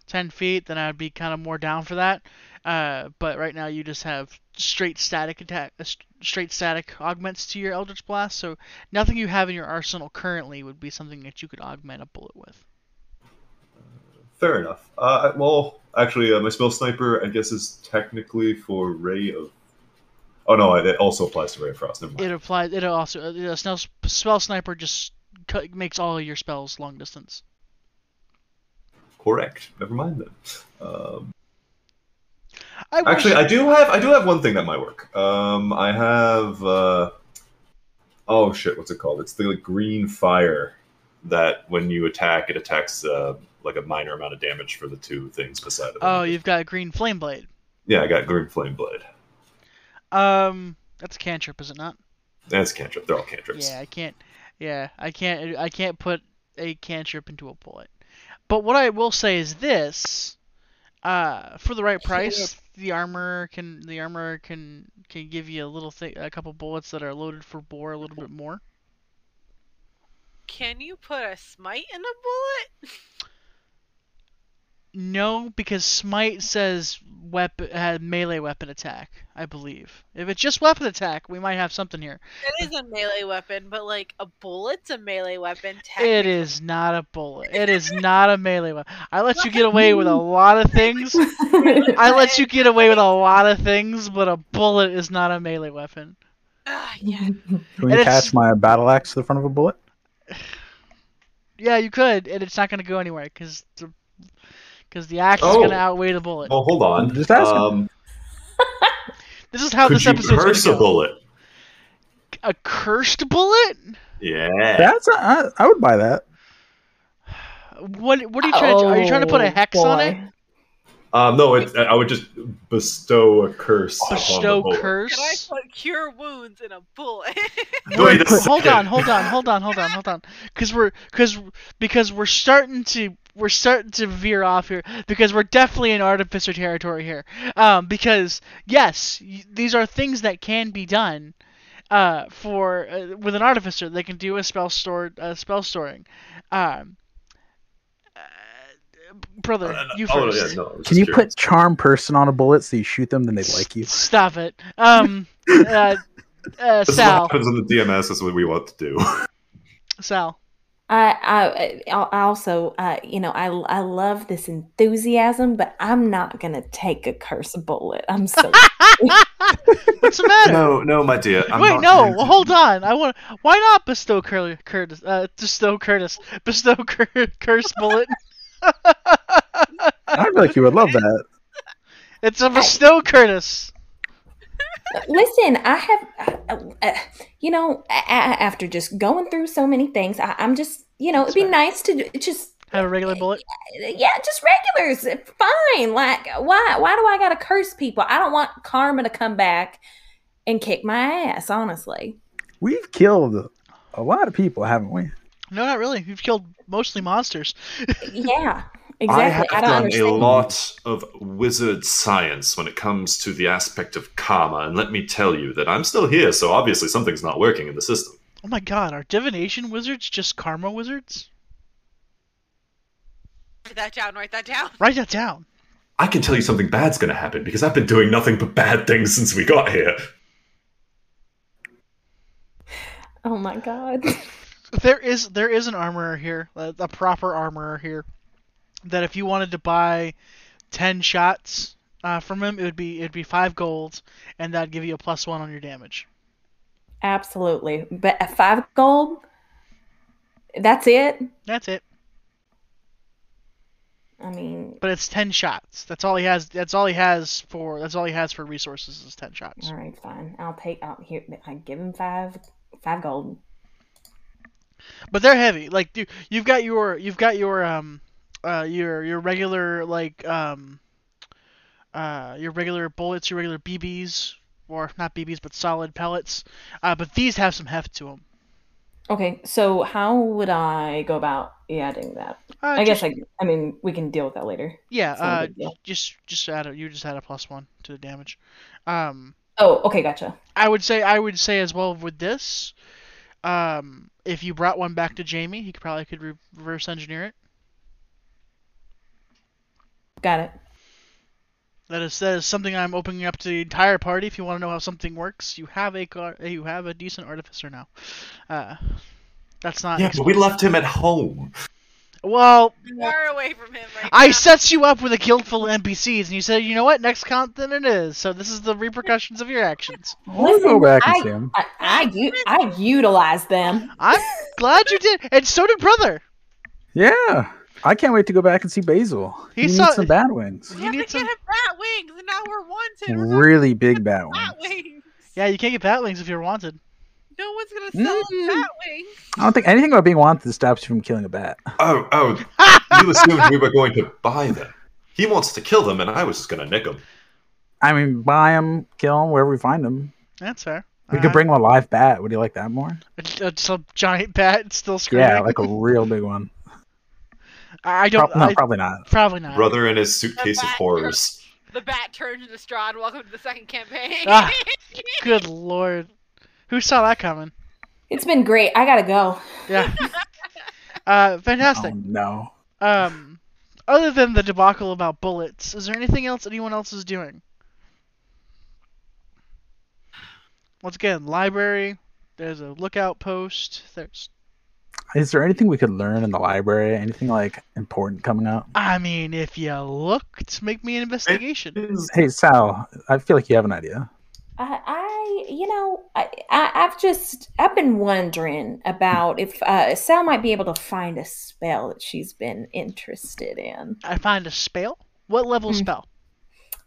A: ten feet, then I'd be kind of more down for that. Uh, but right now you just have straight static attack, uh, st- straight static augments to your Eldritch Blast, so nothing you have in your arsenal currently would be something that you could augment a bullet with.
B: Fair enough. Uh, well, actually, uh, my spell sniper, I guess, is technically for ray of. Oh no, it also applies to ray of frost. Never mind.
A: It applies. It also uh, the spell, spell sniper just cu- makes all of your spells long distance.
B: Correct. Never mind then. Um,
A: I wish-
B: Actually, I do have I do have one thing that might work. Um, I have uh, oh shit, what's it called? It's the green fire that when you attack, it attacks uh, like a minor amount of damage for the two things beside it.
A: oh, you've got a green flame blade.
B: yeah, I got green flame blade.
A: Um, that's a cantrip, is it not?
B: That's cantrip. They're all cantrips.
A: Yeah, I can't. Yeah, I can't. I can't put a cantrip into a bullet. But what I will say is this: uh, for the right price, the armor can the armor can can give you a little thing, a couple bullets that are loaded for bore a little bit more.
E: Can you put a smite in a bullet?
A: No, because smite says weapon uh, melee weapon attack. I believe if it's just weapon attack, we might have something here.
E: It is a melee weapon, but like a bullet's a melee weapon.
A: It
E: technically.
A: is not a bullet. It is not a melee weapon. I let you get away with a lot of things. I let you get
D: (laughs)
A: away with a lot of things, but a bullet is not a melee weapon.
E: Ah, yeah.
C: Can we
A: And it's-
C: attach my battle axe to the front of a bullet?
A: Yeah, you could, and it's not going to go anywhere because the because the axe is
B: Oh.
A: going to outweigh the bullet.
B: Well, hold on.
C: I'm just asking.
B: Um,
A: This is how
B: could
A: this
B: you
A: episode's going
B: curse
A: to
B: a
A: go.
B: bullet?
A: A cursed bullet?
B: Yeah.
C: That's a, I, I would buy that.
A: What What are you trying to do? Are you trying to put a
D: Oh,
A: hex on it?
D: boy.
B: Um, no, it, I would just bestow a curse. upon the
A: Bestow
B: bullet.
E: Can I
A: curse?
E: put cure wounds in a bullet? (laughs)
B: Wait a
A: hold
B: second.
A: on, hold on, hold on, hold on, hold on. Because we're because because we're starting to we're starting to veer off here because we're definitely in artificer territory here. Um, because yes, y- these are things that can be done. Uh, for uh, with an artificer, they can do a spell store uh, spell storing. Um, uh, brother,
B: Uh,
A: you
B: oh,
A: first.
B: yeah, no, I was
C: Can
B: just
C: you
B: curious.
C: put charm person on a bullet so you shoot them, then they
A: (laughs)
C: like you?
A: Stop it. Um, uh, uh,
B: (laughs) This is what
A: Sal,
B: happens in the DMS. That's what we want to do.
A: Sal.
D: I, I, I also, uh, you know, I, I love this enthusiasm, but I'm not gonna take a curse bullet. I'm so
A: What's the matter?
B: No, no, my dear. I'm
A: Wait,
B: not
A: no,
B: going to-
A: well, hold on. I want. Why not bestow Cur- Curtis? Uh, bestow Curtis. Bestow cur- curse bullet.
C: I feel like you would love that.
A: it's a bestow Curtis.
D: Listen, I have, uh, uh, you know, a- a- after just going through so many things, I- I'm just, you know, it'd be
A: That's
D: nice to just
A: Have a regular bullet.
D: yeah, just regulars. uh, Fine. Like, why? Why do I gotta curse people? I don't want karma to come back and kick my ass. Honestly,
C: We've killed a lot of people, haven't we?
A: No, not really. We've killed mostly monsters.
D: yeah, exactly. I,
B: (laughs) I have
D: don't
B: done
D: understand.
B: a lot of wizard science when it comes to the aspect of karma, and let me tell you that I'm still here, so obviously something's not working in the system.
A: Oh my god, are divination wizards just karma wizards?
E: Write that down. Write that down.
A: Write that down.
B: I can tell you something bad's going to happen because I've been doing nothing but bad things since we got here.
D: Oh my god. (laughs)
A: There is there is an armorer here, a, a proper armorer here, that if you wanted to buy ten shots uh, from him, it would be it'd be five gold, and that'd give you a plus one on your damage.
D: Absolutely. But a five gold. That's it.
A: That's it.
D: I mean,
A: But it's ten shots. That's all he has. That's all he has for. That's all he has for resources is ten shots.
D: all right, fine. I'll take. I'll here. I give him five. Five gold.
A: But they're heavy. Like dude, you've got your you've got your um uh your your regular like um uh your regular bullets, your regular BBs or not BBs but solid pellets. Uh, but these have some heft to them.
D: Okay, so how would I go about adding that?
A: Uh,
D: I guess
A: just-
D: I. I mean, we can deal with that later.
A: yeah.
D: It's not a
A: Uh,
D: big deal.
A: just just add a, you just add a plus one to the damage. Um.
D: Oh, okay, gotcha.
A: I would say I would say as well with this, um, if you brought one back to Jamie, he could probably could re- reverse engineer it.
D: Got it.
A: That is that is something I'm opening up to the entire party. If you want to know how something works, you have a car, you have a decent artificer now. Uh, that's not
B: Yeah,
A: ex-
B: but we left him at home.
A: well.
E: Far away from him right
A: I
E: now.
A: set you up with a guild full of NPCs, and you said, "You know what? Next content it is." So this is the repercussions of your actions.
C: We'll go
D: Listen,
C: back and
D: I-
C: see him.
D: I, I, u- I utilize them.
A: I'm glad you did, and so did brother.
C: Yeah, I can't wait to go back and see Basil.
A: He
C: He, needs
A: saw-
C: some bad wings.
A: (laughs)
E: We
A: You
E: have to
A: need
E: get
A: some-
E: him bat wings, and now we're wanted. We're not
C: Really big bat wings.
E: bat wings.
A: Yeah, you can't get bat wings if you're
B: (laughs)
A: wanted.
E: No one's gonna sell us
A: Mm-hmm.
C: Mm.
E: bat wings.
C: I don't think anything about being wanted stops you from killing a bat.
B: Oh, oh, you assumed we were going to buy them. He wants to kill them, and I was just going to nick them.
C: I mean, buy them, kill them wherever we find them.
A: That's fair.
C: We
A: Uh,
C: could bring him a live bat. Would you like that more?
A: a, a- some giant bat still screaming.
C: Yeah, like a real big one.
A: I I don't.
C: Prob- no,
A: I,
C: probably not.
A: probably not.
B: Brother and his suitcase of horrors.
E: The bat turns into Strahd. Welcome to the second campaign. (laughs)
A: Ah. Good lord, who saw that coming?
D: It's been great. I gotta go.
A: Yeah. uh, fantastic.
C: Oh, no.
A: Um, other than the debacle about bullets, is there anything else anyone else is doing? Once again, library. There's a lookout post. There's.
C: Is there anything we could learn in the library? Anything like important coming up?
A: I mean, if you looked, make me an investigation.
C: Hey Sal, I feel like you have an idea.
D: I, I you know, I, I, I've just, I've been wondering about if uh, Sal might be able to find a spell that she's been interested in.
A: I find a spell. What level
D: Hmm.
A: spell?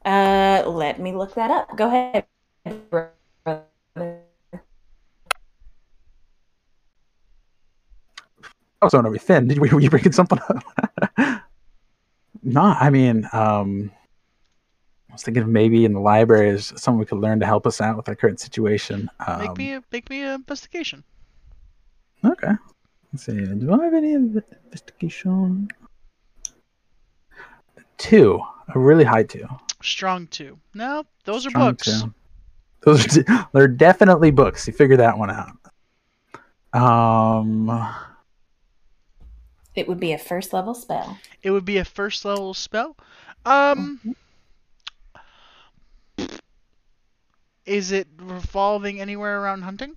D: Uh, let me look that up. Go ahead. brother.
C: Oh, so no, we Finn, did we, were you bringing something up? (laughs) no, I mean, um, I was thinking maybe in the library is something we could learn to help us out with our current situation. Um,
A: Make me a, make me an investigation.
C: Okay. Let's see. Do I have any inv- investigation? Two. A really high two.
A: Strong two. No, those are
C: Strong
A: books.
C: two. Those are d- they're definitely books. You figure that one out. Um,
D: It would be a first level spell.
A: It would be a first level spell. Um, is it revolving anywhere around hunting?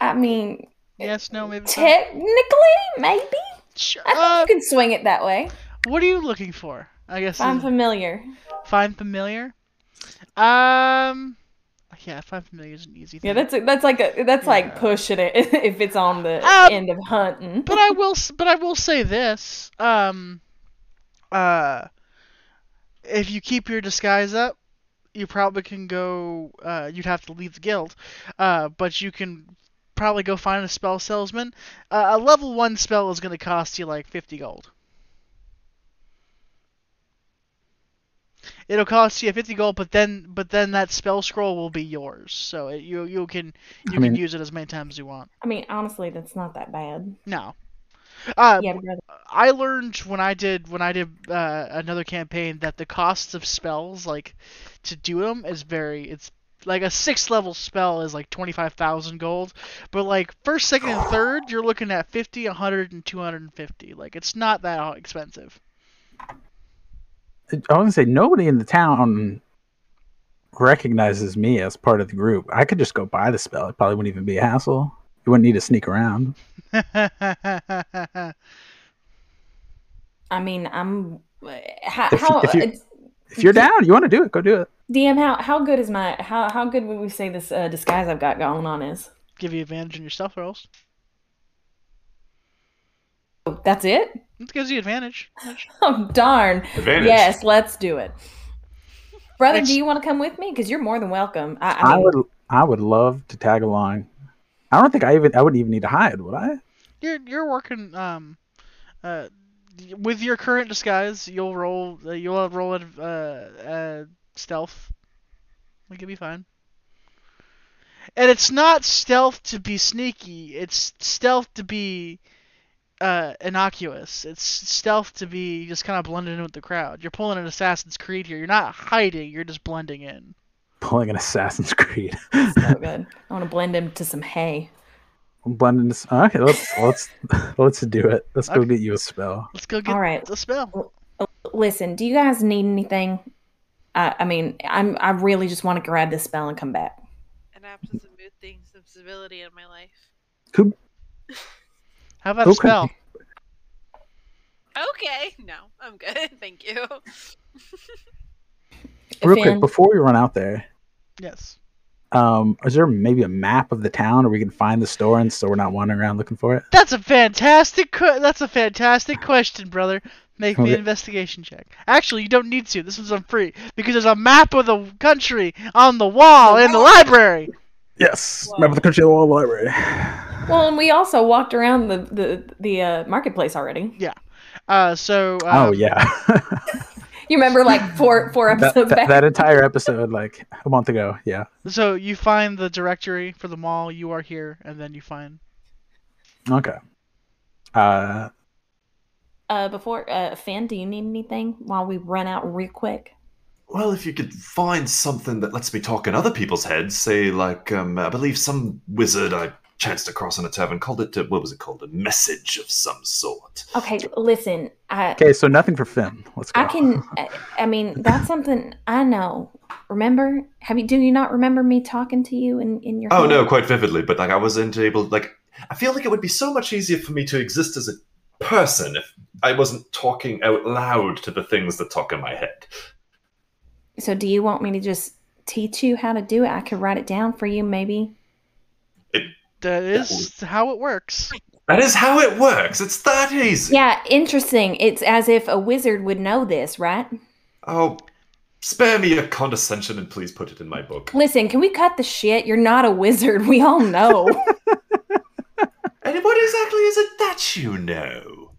D: I mean,
A: Yes, no, maybe. not?
D: technically, maybe.
A: Sure.
D: I think
A: Uh,
D: you can swing it that way.
A: what are you looking for? I
C: hmm.
A: guess
D: I'm
A: is-
D: familiar.
A: find familiar. Um, yeah, find familiar is an easy thing.
D: Yeah, that's that's like a, that's like
A: Yeah.
D: pushing it (laughs) if it's on the
C: Uh,
A: Um,
D: end of hunting.
A: but I will s- but I will say this. Um uh if you keep your disguise up, you probably can go. Uh, you'd have to leave the guild, uh, but you can probably go find a spell salesman. Uh, a level one spell is going to cost you like fifty gold. It'll cost you fifty gold, but then but then that spell scroll will be yours, so it, you you can you
C: I
A: can
C: mean-
A: use it as many times as you want.
D: I mean, honestly, that's not that bad.
A: No. Uh,
D: Yeah, but rather-
A: I learned when I did when I did uh, another campaign that the cost of spells, like to do them, is very. It's like a sixth level spell is like twenty five thousand gold, but like first, second, and third, you're looking at 50, 100, and 250. Like it's not that expensive. (laughs)
C: I want to say nobody in the town recognizes me as part of the group. I could just go buy the spell. It probably wouldn't even be a hassle. You wouldn't need to sneak around.
D: I mean, I'm how,
C: If you-
D: how
C: if you-
D: it's-
C: If you're down, you want to do it, go do it.
D: DM how how good is my how how good would we say this uh, disguise I've got going on is?
A: Give you advantage in your stealth rolls.
D: Oh, that's it. (laughs)
A: It gives you advantage.
D: Oh darn!
B: Advantage.
D: Yes, let's do it, brother.
A: It's-
D: Do you want to come with me? Because you're more than welcome. I, I,
C: I
D: mean,
C: would I would love to tag along. I don't think I even I wouldn't even need to hide, would I?
A: You're you're working um, uh, with your current disguise. You'll roll. Uh, you'll roll a uh, uh, stealth. Like it'll be fine. And it's not stealth to be sneaky. It's stealth to be uh, innocuous. It's stealth to be just kind of blending in with the crowd. You're pulling an Assassin's Creed here. You're not hiding. You're just blending in.
C: Pulling an Assassin's Creed. (laughs)
D: so good. I want to blend him to some hay.
C: I'm blending this. Okay, let's let's (laughs) let's do it. Let's go
A: Okay.
C: get you a spell.
A: Let's go get
D: All right.
A: the spell.
D: Listen, do you guys need anything? I I mean, I'm I really just want to grab this spell and come back.
E: An absence of mood things and civility in my life.
A: How about a
C: Okay.
A: spell?
E: Okay, no, I'm good. (laughs) Thank you.
C: Real
D: Finn,
C: quick before we run out there,
A: Yes.
C: um, is there maybe a map of the town, or we can find the store, and so we're not wandering around looking for it?
A: That's a fantastic. que- that's a fantastic question, brother. Make me
C: Okay.
A: an investigation check. Actually, you don't need to. This one's on free because there's a map of the country on the wall in the library.
C: Yes,
E: Map of the
C: Country Wall Library.
D: well, and we also walked around the the the uh, marketplace already.
A: Uh, so. Uh,
D: (laughs)
C: oh yeah,
D: You remember like four four
C: that,
D: episodes
C: that,
D: back.
C: that entire episode, like a month ago. Yeah,
A: So you find the directory for the mall. You are here, and then you find.
C: okay. Uh,
D: Uh, before uh, Finn, do you need anything while we run out real quick?
B: Well, if you could find something that lets me talk in other people's heads, say like um, I believe some wizard I chanced across in a tavern called it uh, what was it called? A message of some sort.
D: Okay, listen, I
C: okay, so nothing for Finn. Let's go.
D: I can. I, I mean, that's something I know. Remember? Have you? Do you not remember me talking to you in in your?
B: Oh
D: head?
B: no, quite vividly, but like I wasn't able like I feel like it would be so much easier for me to exist as a person if I wasn't talking out loud to the things that talk in my head.
D: So do you want me to just teach you how to do it? I could write it down for you, maybe.
A: That is how it works.
B: That is how it works. It's that easy.
D: Yeah, interesting. It's as if a wizard would know this, right?
B: Oh, spare me your condescension and please put it in my book.
D: Listen, can we cut the shit? You're not a wizard. We all (laughs) know.
B: And what exactly is it that you know?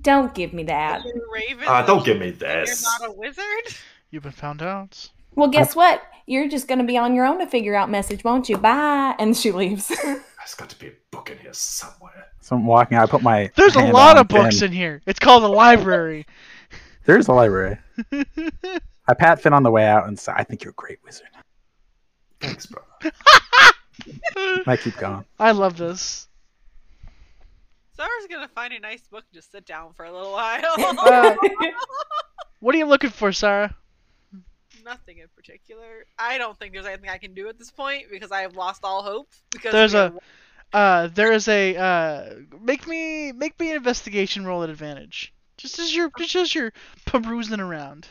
D: Don't give me that.
E: You Raven.
B: Ah, don't give me
E: You're
B: this.
E: not a wizard. (laughs)
A: You've been found out.
D: Well, guess what? You're just going to be on your own to figure out message, won't you? Bye. And she leaves. (laughs)
B: There's got to be a book in here somewhere.
C: So I'm walking. out, I put my.
A: There's a
C: hand
A: lot
C: on
A: of books
C: Finn.
A: in here. It's called the library.
C: There's
A: (laughs)
C: a library. I pat Finn on the way out and say, "I think you're a great wizard."
B: Thanks, brother.
C: And I keep going.
A: I love this.
E: Zara's gonna find a nice book and just sit down for a little while.
C: (laughs)
E: (laughs)
A: Uh, what are you looking for, Sarah?
E: Nothing in particular. I don't think there's anything I can do at this point because I have lost all hope. Because
A: There's
E: we
A: a-
E: have-
A: Uh, there is a uh, make me make me an investigation roll at advantage. Just as you're just as you're perusing around.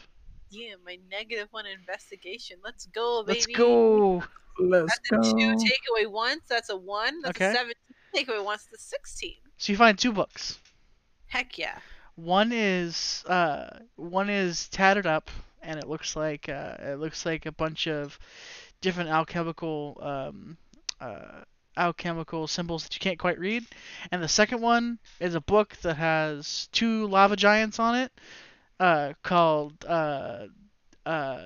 E: yeah, my negative one investigation. Let's go, baby.
A: Let's go.
C: Let's
E: That's
C: go.
E: a two. Take away once. That's a one. That's
A: Okay.
E: a seventeen. Take away once. The sixteen.
A: So you find two books.
E: Heck yeah.
A: One is uh, one is tattered up and it looks like uh, it looks like a bunch of different alchemical um, uh, alchemical symbols that you can't quite read. And the second one is a book that has two lava giants on it, uh, called uh, uh,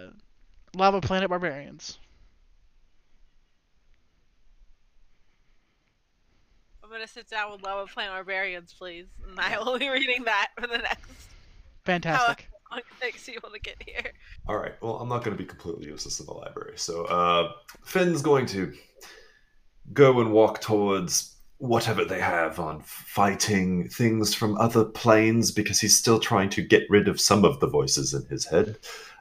A: Lava Planet Barbarians.
E: I'm gonna sit down with Lava Plant Barbarians, please, and I will be reading that for the next
A: Fantastic.
E: long (laughs) it takes you all to get here.
B: (laughs) All right. Well, I'm not going to be completely useless in the library. So uh, Finn's going to go and walk towards whatever they have on fighting things from other planes because he's still trying to get rid of some of the voices in his head.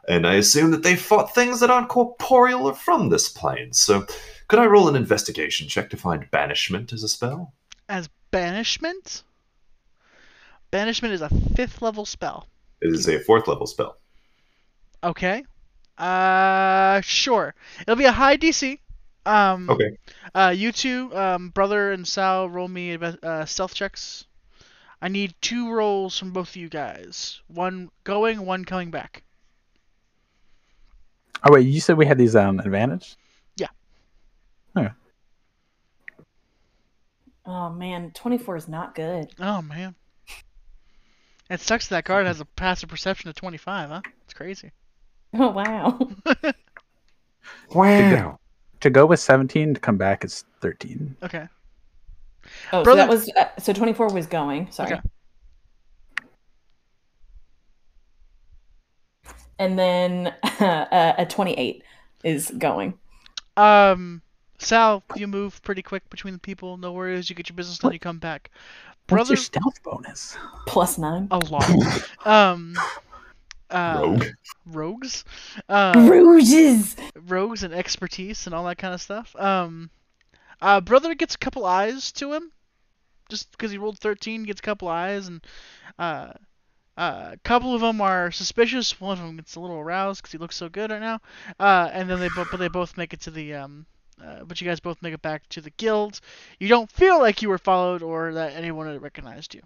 B: And I assume that they fought things that aren't corporeal or from this plane. So could I roll an investigation check to find banishment as a spell?
A: As banishment, banishment is a fifth level spell.
B: It is a fourth level spell.
A: Okay. Uh, sure. It'll be a high DC.
E: Hmm.
A: Um,
B: Okay.
A: Uh, you two, um, brother and Sal, roll me uh, stealth checks. I need two rolls from both of you guys. One going, one coming back.
C: Oh wait, you said we had these on advantage.
D: Oh man, 24 is not good.
A: Oh man. It sucks that card has a passive perception of 25, huh? It's crazy.
D: (laughs) Oh wow.
C: Wow. To go with 17 to come back is 13.
A: Okay.
D: Oh, so
A: Brother-
D: that was uh, so 24 was going. Sorry.
A: Okay.
D: And then (laughs) uh, a 28 is going.
A: Um, Sal, you move pretty quick between the people. No worries. You get your business done. You come back.
C: What's
A: Brother,
C: your stealth bonus?
D: Plus 9.
A: a lot. um, uh,
B: Rogue.
A: rogues, uh,
D: Bruges.
A: rogues and expertise and all that kind of stuff. Um, uh, brother gets a couple eyes to him, just because he rolled thirteen, gets a couple eyes, and uh, uh, a couple of them are suspicious. One of them gets a little aroused because he looks so good right now. Uh, and then they both, but they both make it to the um. Uh, but you guys both make it back to the guild. You don't feel like you were followed or that anyone had recognized you.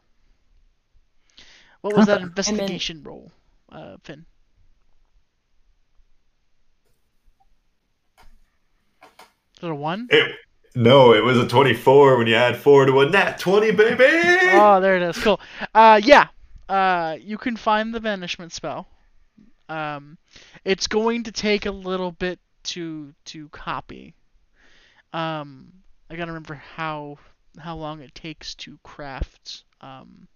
A: What was that
C: Okay.
A: investigation roll, uh, Finn? Is it a one?
B: It, no, it was a 24 when you add 4 to a nat 20, baby!
A: oh, there it is. Cool. Uh, yeah. Uh, you can find the banishment spell. Um, it's going to take a little bit to to copy. Um, I gotta remember how how long it takes to craft. Um.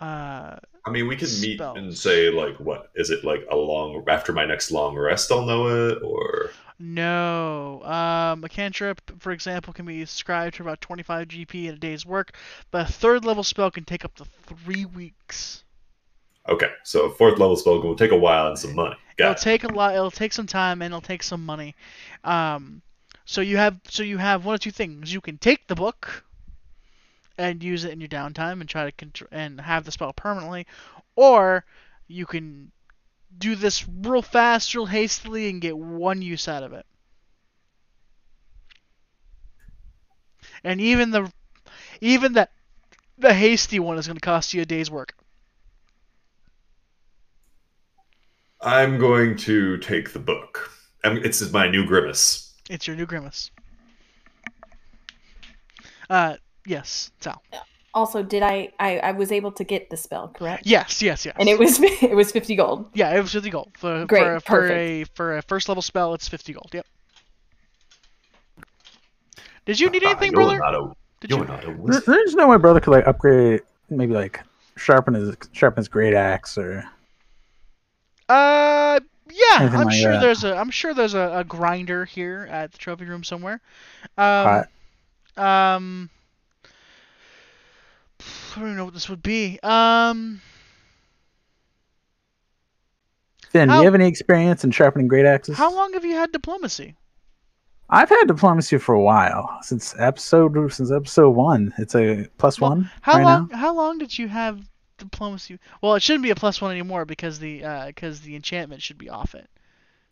A: Uh,
B: I mean, we could meet
A: Spell.
B: and say like, what is it like a long after my next long rest? I'll know it, or
A: no. Um, a cantrip, for example, can be scribed for about 25 GP in a day's work, but a third level spell can take up to three weeks.
B: okay. So a fourth level spell will take a while and some money.
A: it'll
B: Got it.
A: take a lot. It'll take some time and it'll take some money. Um, so you have so you have one of two things. You can take the book and use it in your downtime and try to contr- and have the spell permanently, or you can do this real fast, real hastily, and get one use out of it. And even the even that the hasty one is going to cost you a day's work.
B: I'm going to take the book. I'm, it's my new grimace.
A: It's your new grimace. Uh, yes, Sal.
D: Also, did I, I I was able to get the spell, correct?
A: Yes, yes, yes.
D: And it was (laughs) it was 50 gold.
A: yeah, it was fifty gold for
D: Great,
A: for, for a for a first level spell. It's fifty gold. Yep. Did you need
B: Ah,
A: anything,
B: you're
A: brother?
B: Not a,
A: Did
B: you're
A: you?
B: not a
C: There-
B: wizard.
C: There's no way brother could like upgrade, maybe like sharpen his sharpen his great axe or.
A: Uh, yeah.
C: Anything
A: I'm
C: like
A: sure
C: that.
A: there's a I'm sure there's a, a grinder here at the trophy room somewhere. Um,
C: Alright.
A: um, I don't know what this would be. Um,
C: Finn, do
A: How-
C: you have any experience in sharpening great axes?
A: how long have you had diplomacy?
C: I've had diplomacy for a while since episode since episode one. It's a plus
A: Well,
C: one
A: How
C: right
A: long?
C: now.
A: How long did you have diplomacy? Well, it shouldn't be a plus one anymore because the uh, because the enchantment should be off it.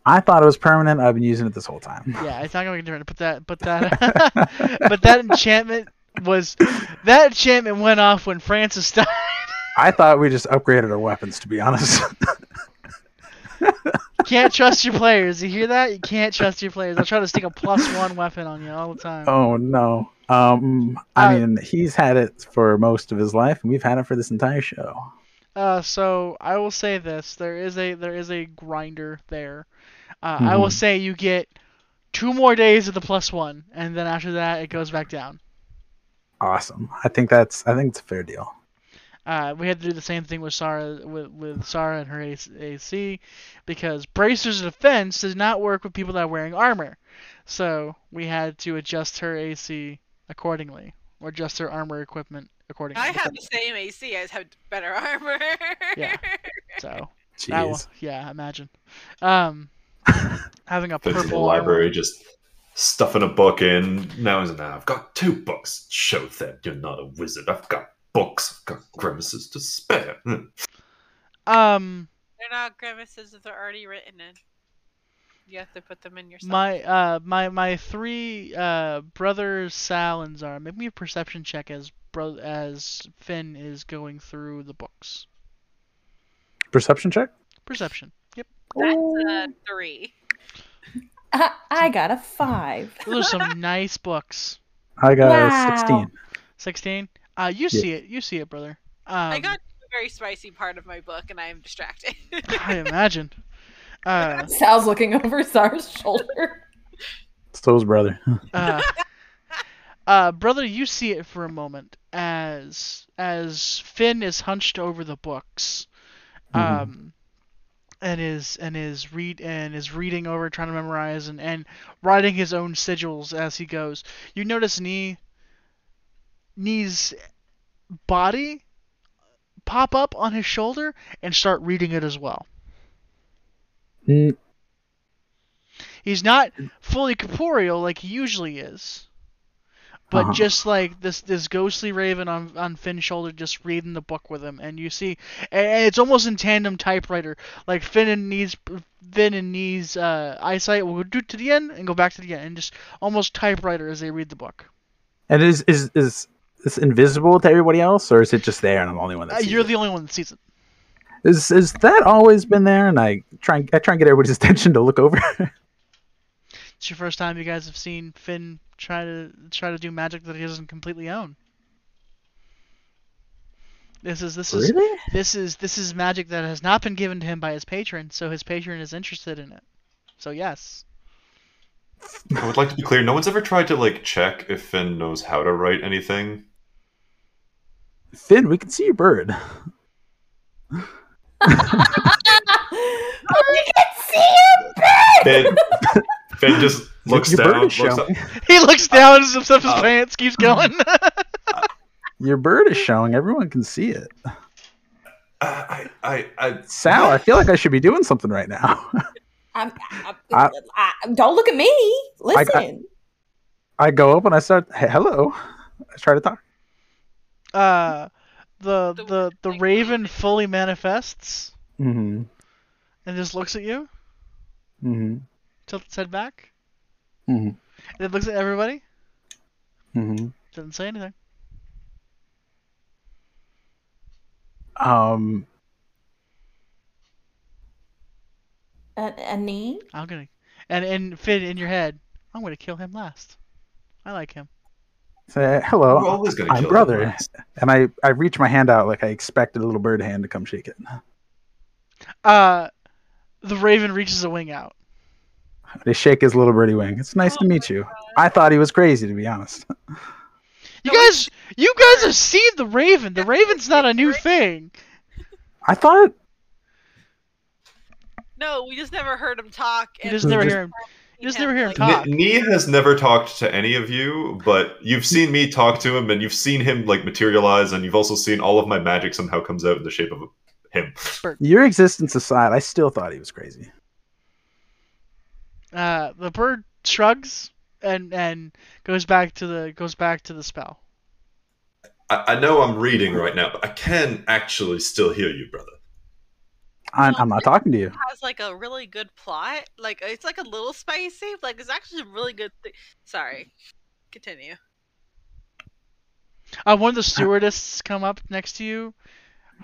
C: I thought it was permanent. I've been using it this whole time.
A: Yeah, it's not gonna make a difference. But that, but that, (laughs) but that enchantment was that enchantment went off when Francis (laughs) died.
C: I thought we just upgraded our weapons. To be honest, (laughs)
A: Can't trust your players. You hear that? You can't trust your players. I'll try to stick a plus one weapon on you all the time.
C: Oh no. Um, I
A: Uh,
C: mean, he's had it for most of his life, and we've had it for this entire show.
A: Uh, so I will say this: there is a there is a grinder there. Uh, I will
C: Mhm.
A: say you get two more days of the plus one, and then after that it goes back down.
C: Awesome. I think that's. I think it's a fair deal.
A: Uh, we had to do the same thing with Sara with, with Sara and her AC, AC because bracers of defense does not work with people that are wearing armor. So we had to adjust her AC accordingly, or adjust her armor equipment accordingly.
E: I have the same AC. I just have better armor.
A: (laughs) Yeah. So that
C: Jeez.
A: one, yeah, imagine. Um, having a
B: (laughs) Goes to the
A: purple armor.
B: library, just stuffing a book in. Now he's now I've got two books. Show them you're not a wizard. I've got books. I've got grimaces to spare. Hmm.
A: Um,
E: They're not grimaces if they're already written in. You have to put them in yourself.
A: my uh my my three uh brothers Sal and Zara. Make me a perception check as bro as Finn is going through the books.
C: Perception check.
A: Perception. Yep.
E: That's
A: Oh.
E: a three.
D: I, I got a five.
A: Those are some nice books.
C: I got
D: Wow.
C: a sixteen.
A: Sixteen. Uh, you
C: Yeah.
A: see it. You see it, brother. Um,
E: I got to a very spicy part of my book, and I am distracted. (laughs)
A: I imagine. Uh,
D: Sal's looking (laughs) over Sar's (laughs) shoulder.
C: It's To's brother.
A: uh, uh, brother, you see it for a moment as as Finn is hunched over the books, um,
C: Mhm.
A: and is and is read and is reading over, trying to memorize, and and writing his own sigils as he goes. You notice Nee Nee's body pop up on his shoulder and start reading it as well.
C: Mm,
A: He's not fully corporeal like he usually is. But
C: Uh-huh.
A: just like this this ghostly raven on on Finn's shoulder just reading the book with him and you see and it's almost in tandem typewriter. Like Finn and Nee's Finn and Nee's uh, eyesight will do to the end and go back to the end and just almost typewriter as they read the book.
C: And is is is this invisible to everybody else, or is it just there and I'm the only one
A: Uh,
C: that sees
A: you're
C: it?
A: the only one that sees it.
C: Is is that always been there? And I try and I try and get everybody's (laughs) attention to look over.
A: It's your first time you guys have seen Finn try to try to do magic that he doesn't completely own. This is this is
C: really?
A: This is this is magic that has not been given to him by his patron, so his patron is interested in it. So yes. (laughs)
B: I would like to be clear. No one's ever tried to like check if Finn knows how to write anything.
C: Finn, we can see your bird.
D: I can Oh, see him.
B: Finn, Finn just looks
C: your
B: down.
C: bird is
B: Looks up.
C: showing.
A: He looks down, zips up his
B: Uh,
A: pants, keeps going. (laughs)
C: Your bird is showing. Everyone can see it.
B: Uh, I, I, I,
C: Sal, I feel like I should be doing something right now. (laughs)
D: I'm, I'm, I, don't look at me.
C: I-
D: Listen.
C: I go up and I start. "Hey, hello. I try to talk.
A: Uh, the
E: The
A: the the
E: thing-
A: raven fully manifests
C: Mm-hmm.
A: and just looks at you,
C: Mm-hmm.
A: tilts its head back.
C: Mhm.
A: And it looks at everybody.
C: Mm-hmm.
A: Doesn't say anything.
C: Um.
D: a, a knee.
A: I'm gonna and and Finn in your head. I'm gonna kill him last. I like him.
C: Say
B: we're
C: hello.
B: always gonna
C: Oh, I'm
B: kill
C: brother.
B: him.
C: and I, I reach my hand out like I expected a little bird hand to come shake it.
A: Uh, the raven reaches a wing out.
C: They shake his little birdie wing. It's nice to meet you. I thought he was crazy, to be honest.
A: You
E: No, we
A: guys, you guys have seen the raven. The raven's not a new thing.
C: I thought
E: No, we just never heard him talk.
A: You
E: and
A: just
E: we
A: never
C: Just-
A: hear him. You just
E: him,
A: never hear him
E: like,
A: talk.
B: N- Nee has never talked to any of you, but you've seen me talk to him, and you've seen him like materialize, and you've also seen all of my magic somehow comes out in the shape of a- him.
C: your existence aside, I still thought he was crazy.
A: Uh, the bird shrugs and and goes back to the goes back to the spell.
B: I, I know I'm reading right now, but I can actually still hear you, brother.
C: I'm, I'm not talking to you.
E: has like a really good plot. Like it's like a little spicy. Like it's actually a really good. Th- Sorry, continue.
A: Uh, one of the stewardesses come up next to you.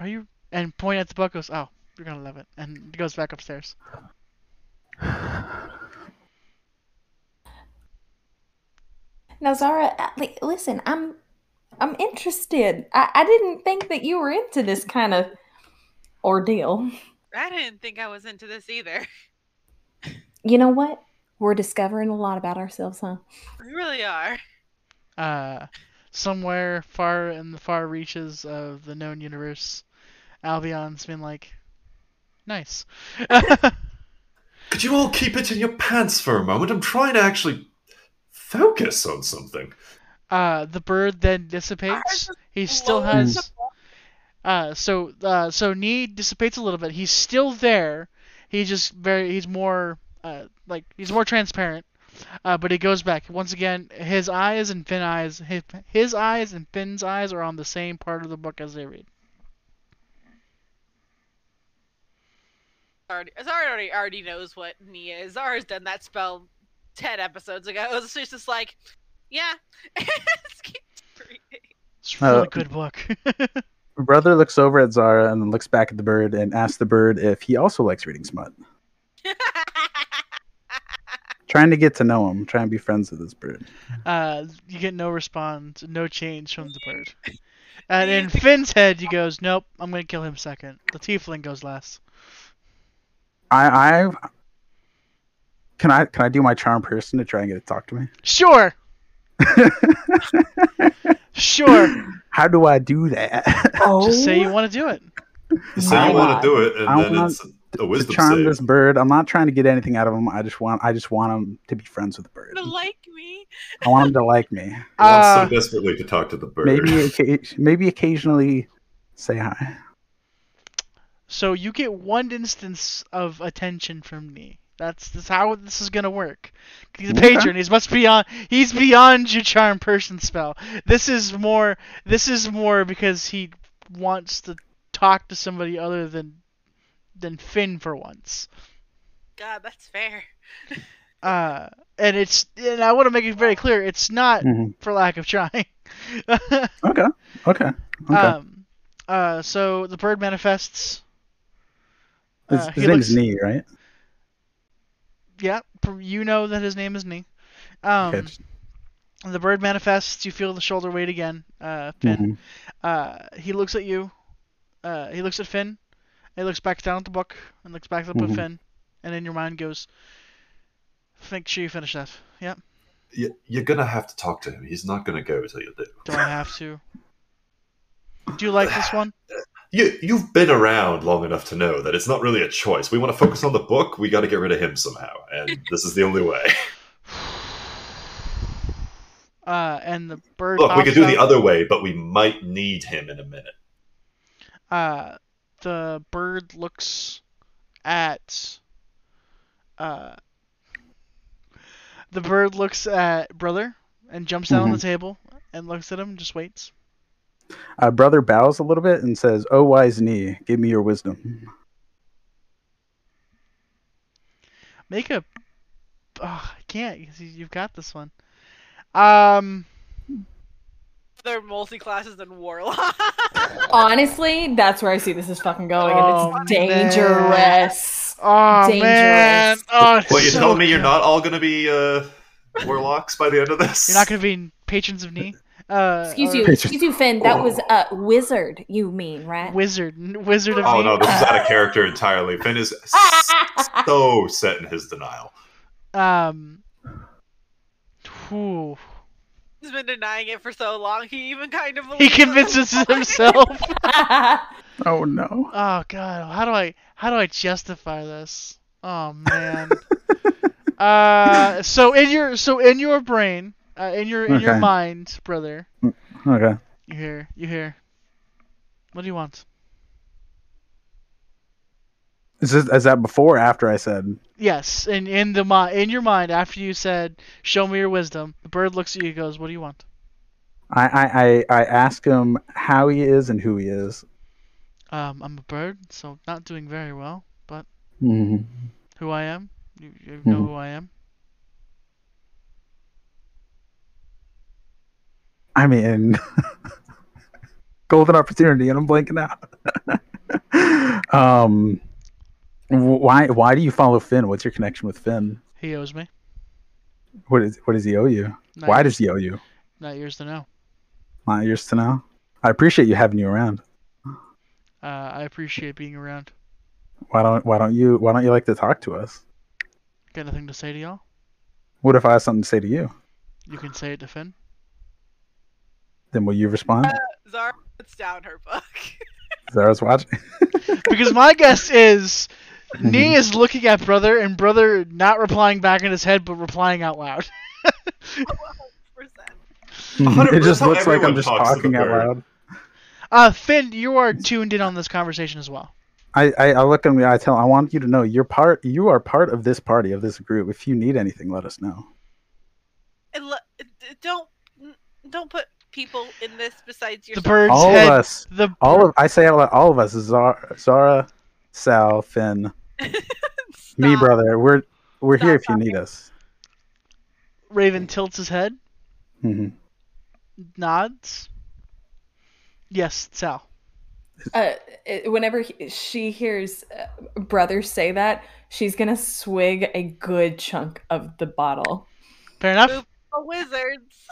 A: Are you? And point at the book. Goes, oh, You're gonna love it." And he goes back upstairs.
D: Now, Zara, I- li- listen, I'm I'm interested. I, I didn't think that you were into this kind of ordeal.
E: I didn't think I was into this either. (laughs)
D: You know what? We're discovering a lot about ourselves, huh?
E: We really are.
A: Uh, somewhere far in the far reaches of the known universe, Albion's been like, "Nice." (laughs)
B: Could you all keep it in your pants for a moment? I'm trying to actually focus on something.
A: Uh, the bird then dissipates. He still has. Uh, so uh, so Need dissipates a little bit. He's still there. He's just very. He's more uh, like he's more transparent. Uh, but he goes back once again. His eyes and Finn's eyes, his, his eyes and Finn's eyes are on the same part of the book as they read.
E: Already, Zara already already knows what me is. Zara's done that spell ten episodes ago. (laughs) So she's just like, yeah. (laughs) Just keep reading. (laughs)
A: It's a
C: Uh,
A: really good book. (laughs)
C: Brother looks over at Zara and then looks back at the bird and asks the bird if he also likes reading smut. Trying to get to know him, trying to be friends with this bird.
A: uh, you get no response, no change from the bird. And in Finn's head, he goes, "Nope, I'm gonna kill him second. The tiefling goes last.
C: I, I can I can I do my charm person to try and get it to talk to me?
A: Sure. sure.
C: (laughs) How do I do that? (laughs)
D: Oh,
A: Just say you want to do it.
B: You say
D: My
B: you want
D: God.
B: to do it, and
C: I
B: then
C: want
B: it's a wisdom
C: to charm
B: save.
C: this bird. I'm not trying to get anything out of him. I just want I just want him to be friends with the bird.
E: But like me.
C: I want him to like me.
B: He wants
A: Uh,
B: so desperately to talk to the bird.
C: Maybe occa- maybe occasionally say hi.
A: so you get one instance of attention from me. That's this how this is gonna work. He's a
C: Okay.
A: patron. He's much beyond. He's beyond your charm person spell. This is more. This is more because he wants to talk to somebody other than than Finn for once.
E: God, that's fair.
A: Uh, and it's and I want to make it very clear, it's not
C: Mhm.
A: for lack of trying. (laughs)
C: Okay. Okay. Okay.
A: Um, uh, so the bird manifests.
C: his
A: uh,
C: his
A: he
C: name
A: looks-
C: is Nee, right?
A: Yeah, pr- you know that his name is Nee. Um,
C: Okay, just-
A: the bird manifests. You feel the shoulder weight again, uh, Finn.
C: mhm.
A: Uh, he looks at you. Uh, he looks at Finn. He looks back down at the book and looks back up
C: Mhm.
A: at Finn, and in your mind goes, "Make sure you finish that." Yeah.
B: (laughs) You- You're gonna have to talk to him. He's not gonna go till you do.
A: Do I have to? Do you like this one? (sighs)
B: You you've been around long enough to know that it's not really a choice. We want to focus on the book. We got to get rid of him somehow,
A: (laughs)
B: and this is the only way.
A: Uh, and the bird.
B: Look, we
A: pops
B: could do the
A: out.
B: other way, but we might need him in a minute.
A: (laughs) Uh, the bird looks at. Uh, the bird looks at brother and jumps down on
B: Mm-hmm.
A: the table and looks at him and just waits.
C: Uh, brother bows a little bit and says, "Oh wise Nee, give me your wisdom."
A: Make a. Oh, I can't because you've got this one. Um,
E: They're multi classes than warlock.
D: honestly, that's where I see this is fucking going,
A: Oh,
D: and it's dangerous.
A: oh man,
D: Dangerous.
A: oh, it's
B: Wait, you
A: so
B: telling me you're
A: good.
B: not all gonna be uh, warlocks by the end of this?
A: You're not gonna be patrons of knee. Uh,
D: Excuse
A: or
D: you,
C: Patrons.
D: excuse you, Finn. That was a wizard. You mean right?
A: Wizard, n- wizard of
B: Oh
A: knee.
B: no, this is
A: (laughs)
B: out of character entirely. Finn is so set in his denial.
A: Um. whew.
E: (laughs) He's been denying it for so long. He even kind of
A: He
E: believes it.
A: convinces himself.
C: Oh no.
A: Oh god, how do I how do I justify this? Oh
C: (laughs)
A: man. uh, so in your so in your brain, uh, in your in your
C: Okay.
A: mind, brother,
C: Okay.
A: you hear you hear. What do you want?
C: Is this, is that before or after I said?
A: Yes, in in the mi- in your mind after you said, "Show me your wisdom." The bird looks at you, and goes, "What do you want?"
C: I, I, I, I ask him how he is and who he is.
A: Um, I'm a bird, so not doing very well.
C: Mm-hmm.
A: Who I am? You, you know
C: Mhm.
A: who I am.
C: I mean, (laughs) golden opportunity, and I'm blanking out. (laughs) um, Wh- Why why do you follow Finn? What's your connection with Finn?
A: He owes me.
C: What is what does he owe you?
A: Not
C: Why
A: yours-
C: does he owe you?
A: not yours to know?
C: Not yours to know. I appreciate you having you around.
A: Uh, I appreciate being around.
C: Why don't why don't you why don't you like to talk to us?
A: Got nothing to say to y'all?
C: What if I have something to say to you?
A: You can say it to Finn.
C: Then will you respond?
E: Zara puts down her book. (laughs)
C: Zara's watching.
A: Because my guess is
C: (laughs)
A: Nee is looking at brother and brother not replying back in his head but replying out loud.
E: Percent.
C: (laughs) it just
B: 100%
C: looks like
B: everyone
C: I'm just
B: talks to the
C: talking out
B: bird.
C: loud.
A: Uh, Finn, you are tuned in on this conversation as well.
C: I, I, I look and I tell I want you to know you're part you are part of this party of this group. If you need anything, let us know.
E: And lo- d- don't n- don't put people in this besides
A: The
E: yourself.
A: bird's
C: all
A: head.
C: of us,
A: The
C: all of I say all, all of us, Zara, Zara, Sal, Finn, me,
E: Stop.
C: brother. We're we're here
E: Stop
C: if you need us.
A: Raven tilts his head,
C: hmm
A: nods. Yes, Sal.
D: (laughs) Uh, it- whenever he, she hears uh, brother say that, she's gonna swig a good chunk of the bottle.
A: Fair enough.
E: The wizards.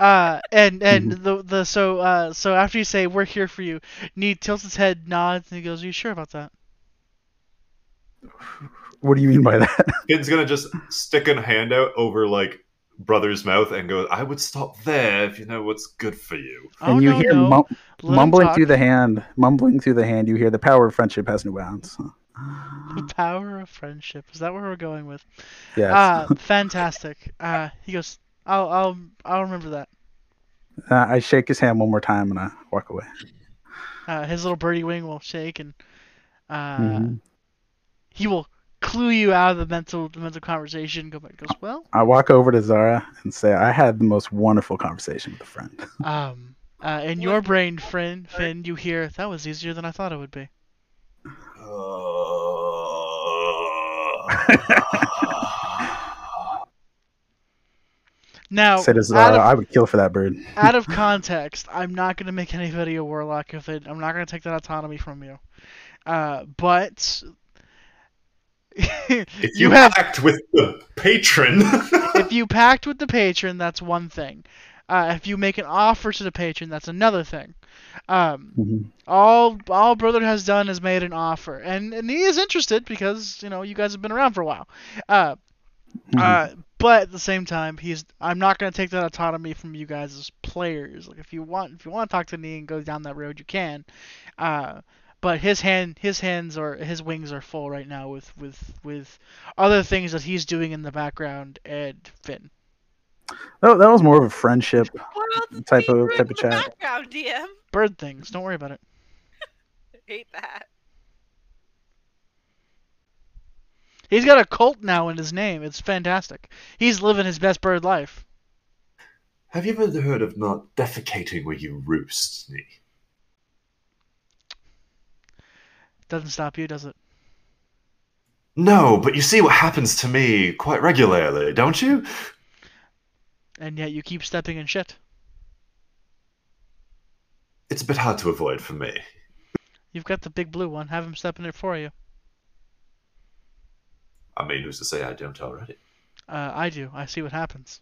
A: Uh, and and
C: Mm-hmm.
A: the the so uh so after you say we're here for you, Nee tilts his head, nods, and he goes, "Are you sure about that?"
C: What do you mean by that?
B: Finn's gonna just stick a hand out over like brother's mouth and go, "I would stop there if you know what's good for you."
A: oh
C: and you
A: no
C: hear
A: no,
C: mum-
A: let him
C: mumbling
A: talk.
C: through the hand, mumbling through the hand. You hear the power of friendship has no bounds.
A: (laughs) The power of friendship. Is that where we're going with?
C: Yes.
A: Ah, fantastic. Uh, he goes, I'll, I'll, I'll remember that.
C: Uh, I shake his hand one more time and I walk away.
A: Uh, his little birdie wing will shake, and uh,
C: Mhm.
A: he will clue you out of the mental, the mental conversation. Go back, goes, well,
C: I walk over to Zara and say, "I had the most wonderful conversation with a friend."
A: um, uh, in your brain, friend, Finn, you hear that was easier than I thought it would be. Now,
C: Said to
A: Oh, out
C: Zara,
A: of,
C: "I would kill for that bird."
A: out of context, I'm not gonna make anybody a warlock if it. I'm not gonna take that autonomy from you. Uh, but. (laughs)
B: If
A: You
B: you,
A: have-
B: act with the patron, (laughs)
A: if you pact with the patron, that's one thing. Uh, if you make an offer to the patron, that's another thing. Um,
C: Mhm.
A: all all brother has done is made an offer, and, and he is interested because you know you guys have been around for a while. Uh, uh, but at the same time, he's I'm not gonna take that autonomy from you guys as players. Like if you want if you want to talk to me and go down that road, you can. Uh, but his hand his hands are his wings are full right now with with with other things that he's doing in the background and Finn.
C: That, that was more of a friendship.
E: What else is
C: Type
E: being
C: of-
E: written
C: type of
E: in the
C: chat.
E: Background DM.
A: Bird things. Don't worry about it.
E: Hate that.
A: He's got a cult now in his name. It's fantastic. He's living his best bird life.
B: have you ever heard of not defecating where you roost? Nee?
A: Doesn't stop you, does it?
B: No, but you see what happens to me quite regularly, don't you?
A: And yet you keep stepping in shit.
B: It's a bit hard to avoid for me.
A: You've got the big blue one. Have him step in it for you.
B: I mean, who's to say I don't already? (sighs)
A: Uh, I do. I see what happens.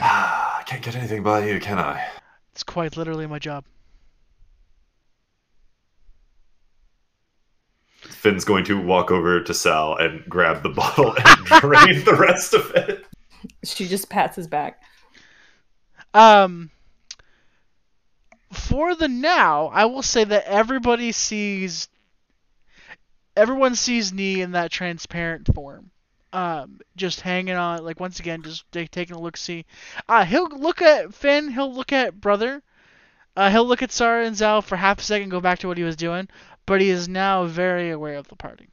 B: Ah, I can't get anything by you, can I?
A: It's quite literally my job.
B: Finn's going to walk over to Sal and grab the (laughs) bottle and drain the rest of it.
D: She just pats his back.
A: Um, for the now, I will say that everybody sees everyone sees Nee in that transparent form. Um, just hanging on, like once again, just ta- taking a look, see. Uh, he'll look at Finn. He'll look at brother. Uh, he'll look at Sara and Zal for half a second, go back to what he was doing, but he is now very aware of the party.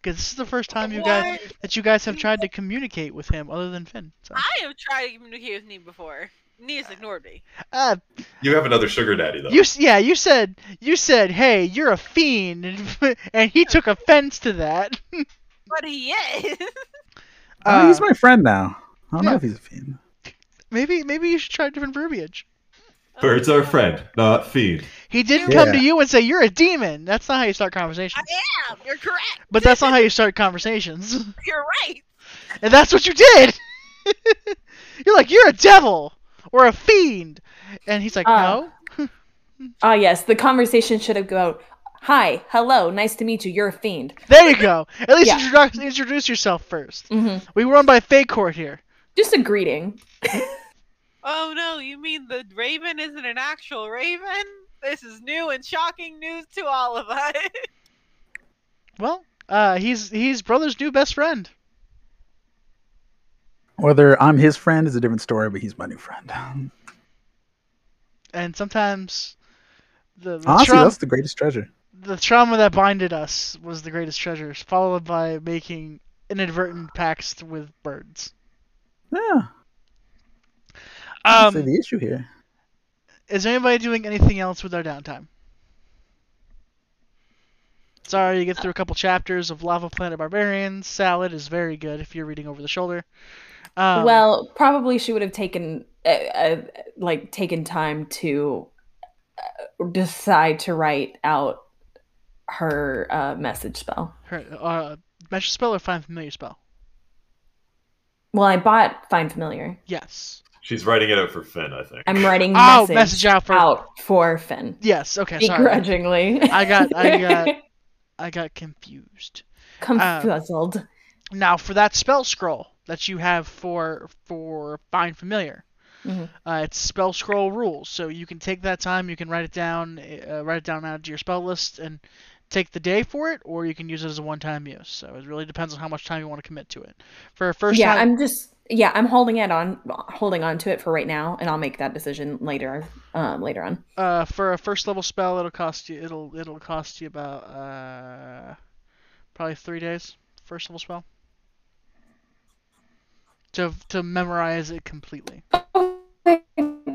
A: Because this is the first time you guys
E: What?
A: that you guys have tried to communicate with him, other than Finn. So,
E: I have tried to communicate with Nee before. Nee has ignored me.
A: uh,
B: You have another sugar daddy, though.
A: You s- yeah, you said you said, "Hey, you're a fiend," (laughs) and, and he took offense to that.
E: But he (laughs) is.
C: Oh, he's
A: Uh,
C: my friend now. I don't
A: yeah.
C: know if he's a fiend.
A: maybe maybe you should try different verbiage.
B: Birds are friend, not feed.
A: He didn't come to you and say you're a demon. That's not how you start conversations.
E: I am. Oh, You're correct.
A: But that's not how you start conversations. (laughs)
E: You're right.
A: And that's what you did. (laughs) you're like you're a devil or a fiend, and he's like,
D: Uh,
A: no.
D: Ah, yes, the conversation should have go. Hi, hello, nice to meet you. You're a fiend.
A: There you go. At least
D: yeah.
A: introduce, introduce yourself first.
D: Mhm.
A: We run by fake court here.
D: Just a greeting.
E: Oh no, you mean the raven isn't an actual raven? This is new and shocking news to all of us. (laughs)
A: Well, uh, he's he's brother's new best friend.
C: Whether I'm his friend is a different story, but he's my new friend.
A: and sometimes the the,
C: Honestly,
A: trau-
C: that's the greatest treasure.
A: the trauma that binded us was the greatest treasure, followed by making inadvertent pacts with birds.
C: Yeah. that's
A: Um,
C: the issue here.
A: is anybody doing anything else with our downtime? Sorry, you get through a couple chapters of Lava Planet Barbarians. Salad is very good if you're reading over the shoulder. Um,
D: well, probably she would have taken uh, uh, like taken time to uh, decide to write out her uh, message spell.
A: her, uh, measure spell or find familiar spell?
D: Well, I bought find familiar.
A: Yes.
B: She's writing it out for Finn, I think.
A: (laughs)
D: I'm writing
A: Oh,
D: message,
A: message out for-
D: for Finn
A: Yes. Okay. Sorry.
D: begrudgingly.
A: I got- (laughs)
D: (laughs)
A: I got- I got confused.
D: confuzzled.
A: um, Now for that spell scroll that you have for for find familiar,
D: Mhm.
A: uh, it's spell scroll rules. So you can take that time, you can write it down, uh, write it down out to your spell list, and take the day for it, or you can use it as a one-time use. So it really depends on how much time you want to commit to it. For a first
D: yeah,
A: time,
D: I'm just yeah, I'm holding it on, holding on to it for right now, and I'll make that decision later, um, later on.
A: uh, for a first level spell, it'll cost you it'll it'll cost you about uh, probably three days. First level spell. To, to memorize it completely.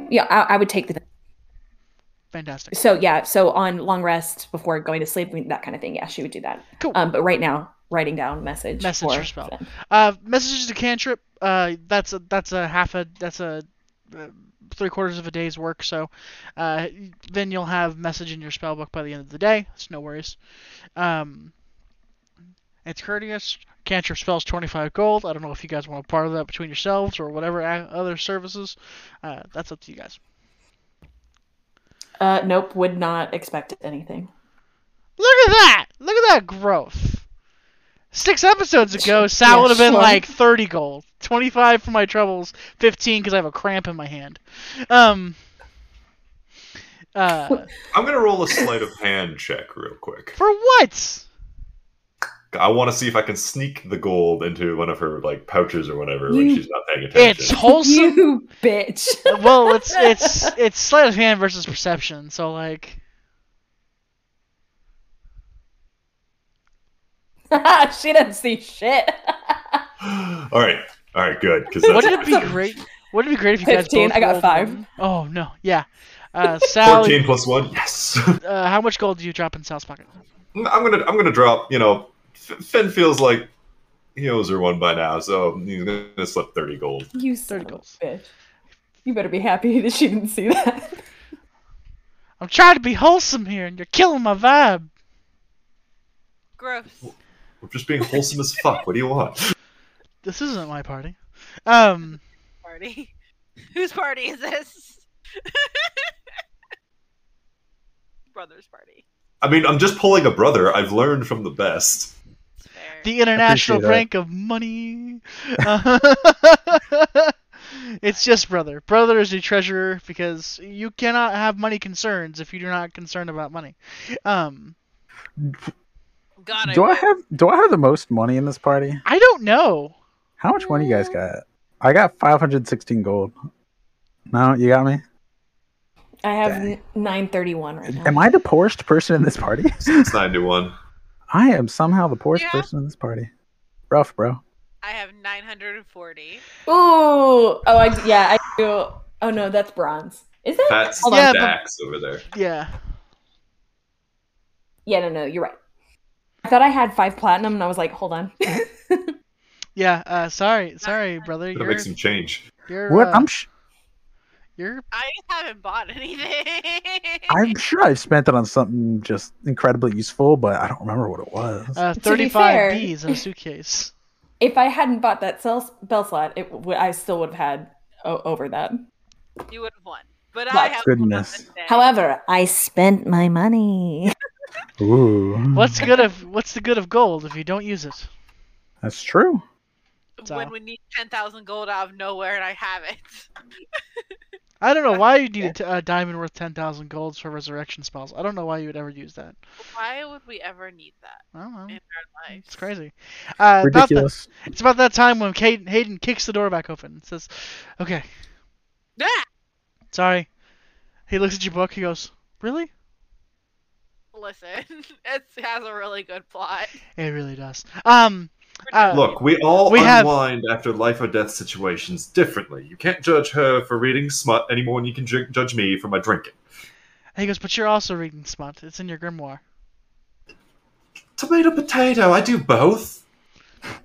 D: Yeah, I, I would take the
A: Fantastic.
D: so yeah, so on long rest before going to sleep, I mean, that kind of thing. Yeah, she would do that.
A: Cool.
D: Um, but right now, writing down message,
A: Message
D: for
A: or spell.
D: Finn.
A: Uh, messages to cantrip. Uh, that's a that's a half a that's a uh, three quarters of a day's work. So, uh, then you'll have message in your spell book by the end of the day. It's no worries. Um, it's courteous. Cantrip spells 25 gold. I don't know if you guys want to part of that between yourselves or whatever a- other services. Uh, that's up to you guys.
D: Uh, nope, would not expect anything.
A: Look at that! Look at that growth. Six episodes ago, Sal
D: Yeah,
A: would have been
D: sure.
A: like 30 gold, 25 for my troubles, 15 because I have a cramp in my hand. Um.
D: (laughs)
A: Uh,
B: I'm gonna roll a sleight of hand check real quick.
A: for what?
B: I want to see if I can sneak the gold into one of her like pouches or whatever when
D: You
B: she's not paying attention.
A: It's wholesome.
D: (laughs) You bitch. (laughs)
A: well, it's it's it's sleight of hand versus perception. So like,
D: she doesn't see shit.
A: (laughs)
B: (gasps) all right, all right, good. Because
A: wouldn't it be great? Wouldn't it be great if you guys
D: 15,
A: both
D: I got
A: rolled
D: five.
A: one? Oh no, yeah. Uh, Sal,
B: fourteen plus one. Yes, (laughs)
A: uh, how much gold do you drop in Sal's pocket?
B: I'm gonna I'm gonna drop. You know, F- Finn feels like he owes her one by now, so he's gonna slip thirty gold.
D: you son of a
A: goals.
D: bitch. You better be happy (laughs) that she didn't see that.
A: I'm trying to be wholesome here, and you're killing my vibe.
E: Gross.
B: We're just being wholesome as fuck. What do you want?
A: this isn't my party. Um,
E: Party. (laughs) Whose party is this? (laughs) Brother's party.
B: I mean, I'm just pulling a brother. I've learned from the best.
E: It's fair.
A: the international
C: that.
A: prank of money. Uh, (laughs) it's just brother. Brother is the treasurer because you cannot have money concerns if you do not concern about money. Um,
E: God,
C: Do I
E: will.
C: have do I have the most money in this party?
A: I don't know.
C: How much money you guys
A: Uh,
C: got? I got 516 gold. No, you got me?
D: I have
C: Dang.
D: n- 931 right now.
C: Am I the poorest person in this party? (laughs)
B: It's nine to one.
C: I am somehow the poorest
E: Yeah.
C: person in this party. Rough, bro.
E: I have 940.
D: Ooh. Oh, I, yeah, I do. Oh, no, that's bronze. Is that?
B: That's
D: Hold
A: on. Yeah, but-
B: Dax over there.
A: Yeah.
D: Yeah, no, no, you're right. I thought I had five platinum, and I was like, hold on.
A: Yeah. Uh, sorry. Sorry, brother.
B: Gonna
A: You're,
B: make some change.
A: you're
C: What?
A: uh,
C: I'm sh-
A: You're
E: I haven't bought anything.
C: I'm sure I've spent it on something just incredibly useful, but I don't remember what it was.
A: uh,
D: To be fair-
A: 35 Bs in a suitcase.
D: (laughs) If I hadn't bought that cell, bell slot, it would I still would have had o- over that.
E: you would have won. But I
D: My
E: have
C: goodness.
E: However,
D: However, I spent my money.
C: Ooh,
A: What's good of what's the good of gold if you don't use it?
C: that's true.
A: So-
E: when we need ten thousand gold out of nowhere and I haven't.
A: I don't know why you need a, t- a diamond worth 10,000 golds for resurrection spells. I don't know why you would ever use that.
E: (laughs) Why would we ever need that
A: I don't know.
E: in our lives?
A: It's
E: (laughs)
A: crazy. Uh, about the-
C: Ridiculous.
A: it's about that time when Caden, Hayden kicks the door back open and says, Okay,
E: Yeah.
A: sorry. He looks at your book. He goes, Really?
E: Listen, (laughs) it has a really good plot.
A: It really does. Um, uh,
B: Look, we all
A: We have-
B: unwind after life or death situations differently. You can't judge her for reading smut any more than you can ju- judge me for my drinking.
A: he goes, But you're also reading Smut. It's in your grimoire.
B: Tomato, potato. I do both.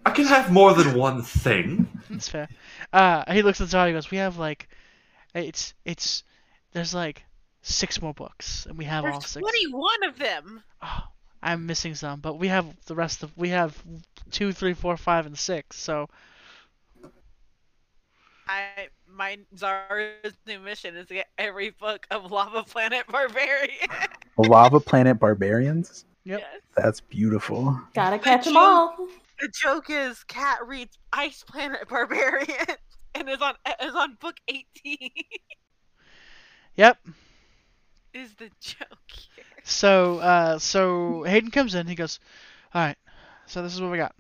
B: I can have more than one thing.
A: That's fair. Uh, he looks at Zara. He goes, "We have like, it's it's there's like six more books, and we have all
E: There's
A: six.
E: twenty-one of them.
A: Oh, I'm missing some, but we have the rest of we have two, three, four, five, and six. So
E: I my Zara's new mission is to get every book of Lava (laughs) Planet Barbarian.
C: Lava planet barbarians.
A: Yep.
E: Yes.
C: That's beautiful.
D: Gotta catch 'em all.
E: The joke is Cat reads Ice Planet Barbarian (laughs) and is on is on book eighteen. (laughs)
A: yep.
E: is the joke here?
A: So uh, so Hayden comes in. He goes, "All right, so this is what we got.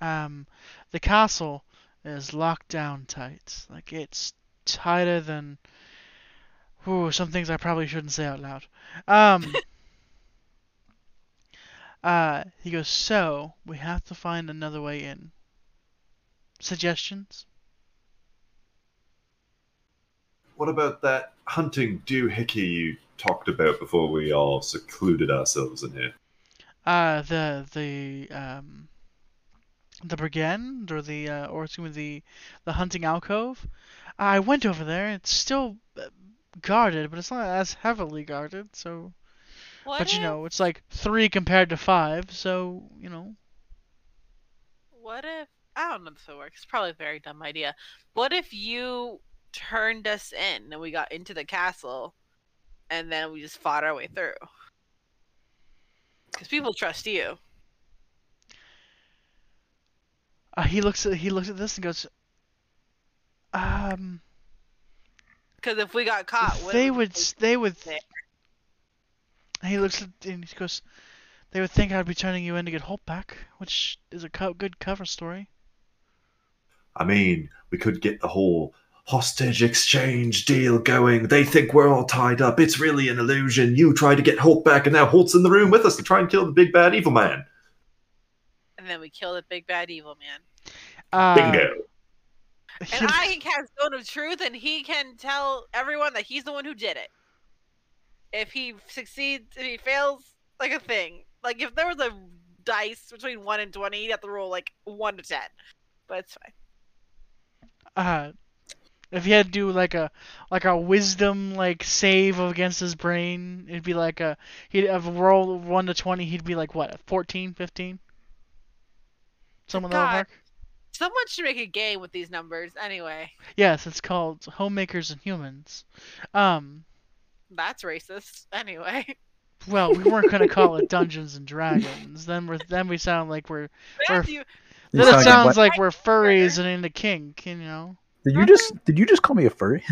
A: Um, the castle is locked down tight. Like it's tighter than." Ooh, some things I probably shouldn't say out loud. Um. uh, he goes. So we have to find another way in. Suggestions?
B: What about that hunting doohickey you talked about before we all secluded ourselves in here?
A: Uh, the the um, the brigand or the uh, or excuse me, the the hunting alcove. I went over there. It's still uh, guarded, but it's not as heavily guarded. So,
E: What
A: but you
E: if-
A: know, it's like three compared to five. So you know,
E: What if I don't know if it works? It's probably a very dumb idea. What if you turned us in and we got into the castle, and then we just fought our way through? Because people trust you.
A: uh, he looks at he looks at this and goes, um,
E: Because if we got caught, Ah, what
A: they
E: we
A: would
E: do?
A: s- they would.
E: there.
A: He looks at and he goes, they would think I'd be turning you in to get Holt back, which is a co- good cover story.
B: I mean, we could get the whole hostage exchange deal going. They think we're all tied up. It's really an illusion. You try to get Holt back, and now Holt's in the room with us to try and kill the big bad evil man.
E: and then we kill the big bad evil man.
A: Uh,
B: Bingo.
A: he-
E: And I can cast Zone of Truth, and he can tell everyone that he's the one who did it. If he succeeds, if he fails, like a thing. Like if there was a dice between one and twenty, you'd have to roll like one to ten. But it's fine.
A: uh, if he had to do like a like a wisdom like save against his brain, it'd be like a he'd have a roll of one to twenty. He'd be like what, 14, 15? Someone that
E: God.
A: mark.
E: Someone should make a game with these numbers. Anyway,
A: Yes, it's called Homemakers and Humans. Um,
E: that's racist. Anyway, (laughs)
A: well, we weren't gonna call it Dungeons and Dragons. Then we're then we sound like we're Or-
E: Matthew,
C: You
A: then it
C: sound like a
A: sounds
C: what-
A: like we're furries and into kink, you know.
C: did you just did you just call me a furry?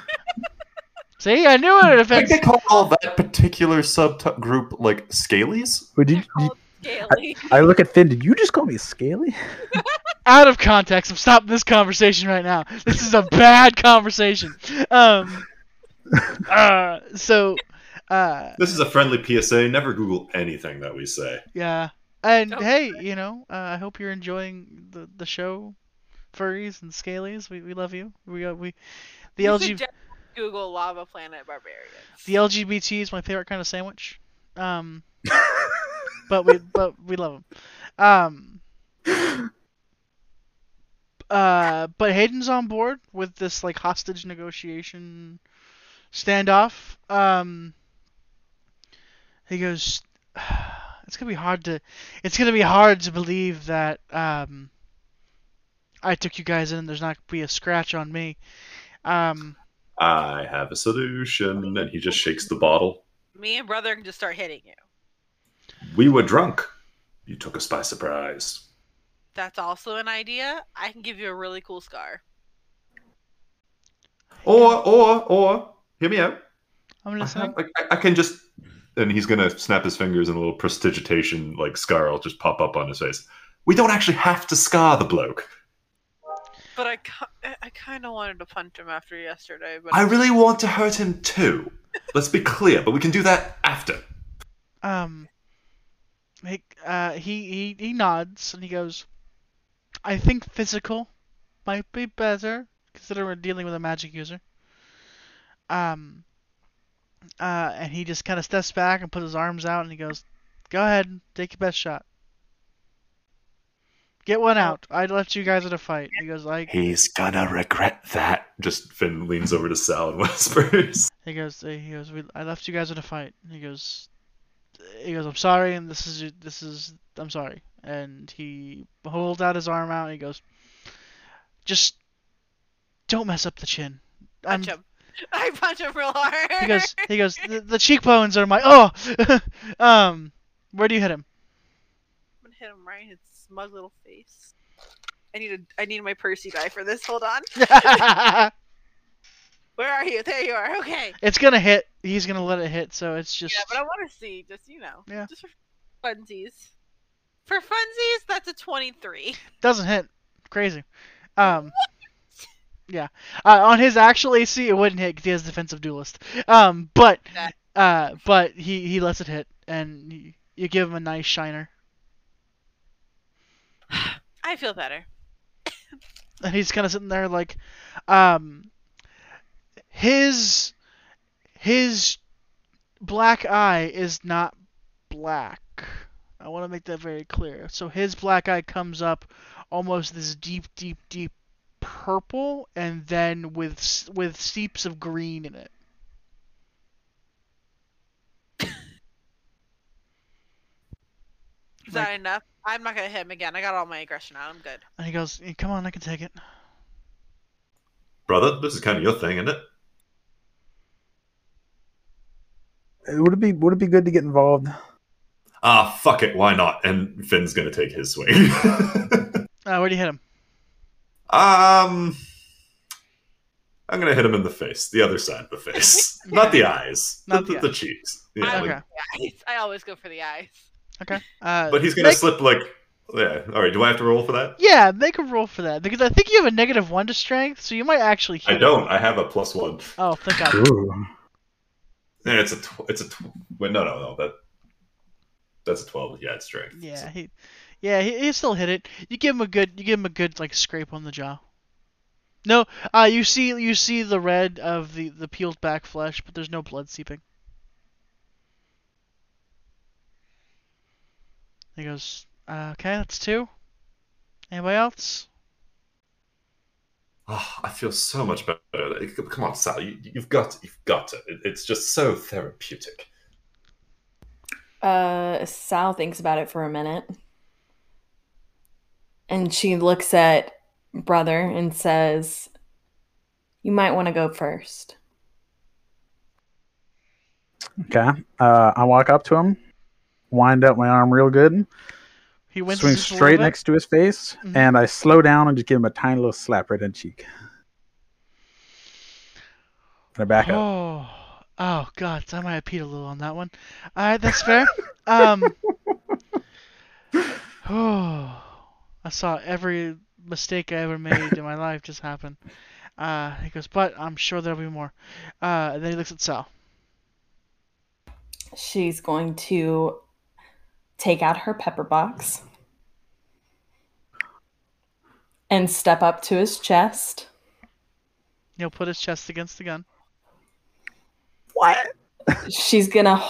C: (laughs)
A: See, I knew it. If
G: I think
A: it's
G: they call that particular subgroup like scalies.
C: Or did you,
E: called Gaily.
C: I look at Finn. Did you just call me scaly?
A: out of context. I'm stopping this conversation right now. This is a bad conversation. Um, uh, so, uh,
B: This is a friendly PSA. Never Google anything that we say.
A: yeah. And
E: Oh,
A: hey, you know, uh, I hope you're enjoying the, the show, furries and scalies. We, we love you. We uh, we the
E: You (laughs)
A: LG
E: suggest Google Lava Planet Barbarians.
A: the LGBT is my favorite kind of sandwich. Um, but we but we love them. Um, Uh, but Hayden's on board with this like hostage negotiation standoff. Um, he goes, (sighs) "It's gonna be hard to, it's gonna be hard to believe that um, I took you guys in. and There's not gonna be a scratch on me." Um,
B: I have a solution, and he just shakes the bottle.
E: Me and brother can just start hitting you.
B: We were drunk. You took us by surprise.
E: That's also an idea. I can give you a really cool scar.
B: Or, or, or, hear me out.
A: I'm
B: I,
A: gonna say,
B: have- I, I- I can just. And he's going to snap his fingers and a little prestigitation like scar will just pop up on his face. We don't actually have to scar the bloke.
E: But I, ki- I kind of wanted to punch him after yesterday. But
B: I really want to hurt him too. Let's be clear, but we can do that after.
A: um, he, uh, he he he nods and he goes, "I think physical might be better, considering we're dealing with a magic user." Um, uh, and he just kind of steps back and puts his arms out and he goes, "Go ahead, take your best shot. Get one out. I left you guys in a fight." He goes, "I
G: He's gonna regret that.
B: Just Finn leans over to Sal and (laughs) whispers.
A: He goes, uh, he goes, we, I left you guys in a fight. And He goes, he goes, I'm sorry, and this is, this is, I'm sorry. And he holds out his arm out, and he goes, just don't mess up the chin. I'm,
E: punch him. (laughs) I punch him real hard.
A: he
E: (laughs)
A: goes, he goes, the, the cheekbones are my, oh, (laughs) um, where do you hit
E: (laughs)
A: him?
E: I'm gonna hit him right in his smug little face. I need a, I need my Percy die for this. Hold on. Where are you? There you are. Okay.
A: it's gonna hit. He's gonna let it hit, so it's just,
E: Yeah, but I want to see. Just you know.
A: Yeah.
E: Just for funsies. For funsies, that's a twenty-three.
A: doesn't hit. Crazy. Um. Yeah. Uh, on his actual AC, it wouldn't hit because he has defensive duelist. Um, but
E: Yeah.
A: uh, but he he lets it hit, and you, you give him a nice shiner,
E: I feel better.
A: and he's kind of sitting there like, um, his his black eye is not black. I want to make that very clear. So his black eye comes up almost this deep, deep, deep purple, and then with s- with seeps of green in it.
E: Is that enough? I'm not gonna hit him again. I got all my aggression out. I'm good. (laughs)
A: And he goes, "Eh, "Come on, I can take it."
B: Brother, this is kind of your thing, isn't it?
C: Would it be would it be good to get involved?
B: Ah, fuck it, why not? And Finn's going to take his swing. (laughs)
A: Uh, where do you hit him?
B: um. I'm going to hit him in the face, the other side of the face.
A: (laughs)
B: Not the eyes,
A: Not
B: the,
A: the
B: the, cheeks. Yeah,
E: I
B: like-
A: okay.
E: Eyes. I always go for the eyes.
A: Okay. Uh,
B: But he's gonna
A: Make-
B: slip like yeah. All right, do I have to roll for that?
A: yeah, make a roll for that because I think you have a negative one to strength, so you might actually hit.
B: I
A: him.
B: don't. I have a plus one.
A: Oh, thank God.
C: Ooh.
B: Yeah, it's a tw- it's a tw- wait. No, no, no. That that's a twelve. Yeah, it's strength.
C: (laughs)
A: Yeah, he, yeah, he, he still hit it. You give him a good, you give him a good like scrape on the jaw. No, uh, you see, you see the red of the the peeled back flesh, but there's no blood seeping. He goes, uh, okay, that's two. Anybody else?
B: Oh, I feel so much better. Like, Come on, Sal. You, you've got you've got to. It, it's just so therapeutic.
D: Uh, Sal thinks about it for a minute. And she looks at brother and says, You might want to go first.
C: Okay. Uh, I walk up to him, wind up my arm real good,
A: He wins
C: swing
A: just a little
C: straight
A: bit.
C: next to his face,
A: Mhm.
C: and I slow down and just give him a tiny little slap right in the cheek. And I back up.
A: Oh, oh God, I might have peed a little on that one. All right, that's fair. um, oh, I saw every mistake I ever made in my life just happen. Uh, he goes, but I'm sure there'll be more. Uh, and then he looks at Sal.
D: She's going to take out her pepper box and step up to his chest.
A: He'll put his chest against the gun.
C: What?
D: She's going to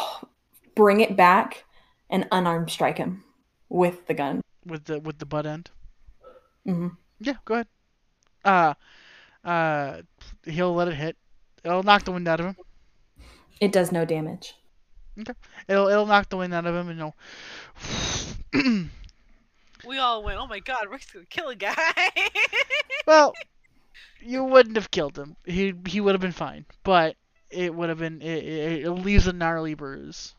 D: bring it back and unarmed strike him with the gun.
A: with the with the butt end.
D: Mhm.
A: Yeah, go ahead. Uh, uh, he'll let it hit. It'll knock the wind out of him.
D: It does no damage.
A: It'll it'll knock the wind out of him, and he'll. (sniffs)
E: We all went, oh my god, Rick's gonna kill a guy. (laughs)
A: well, you wouldn't have killed him. He he would have been fine, but it would have been it, it, it leaves a gnarly bruise.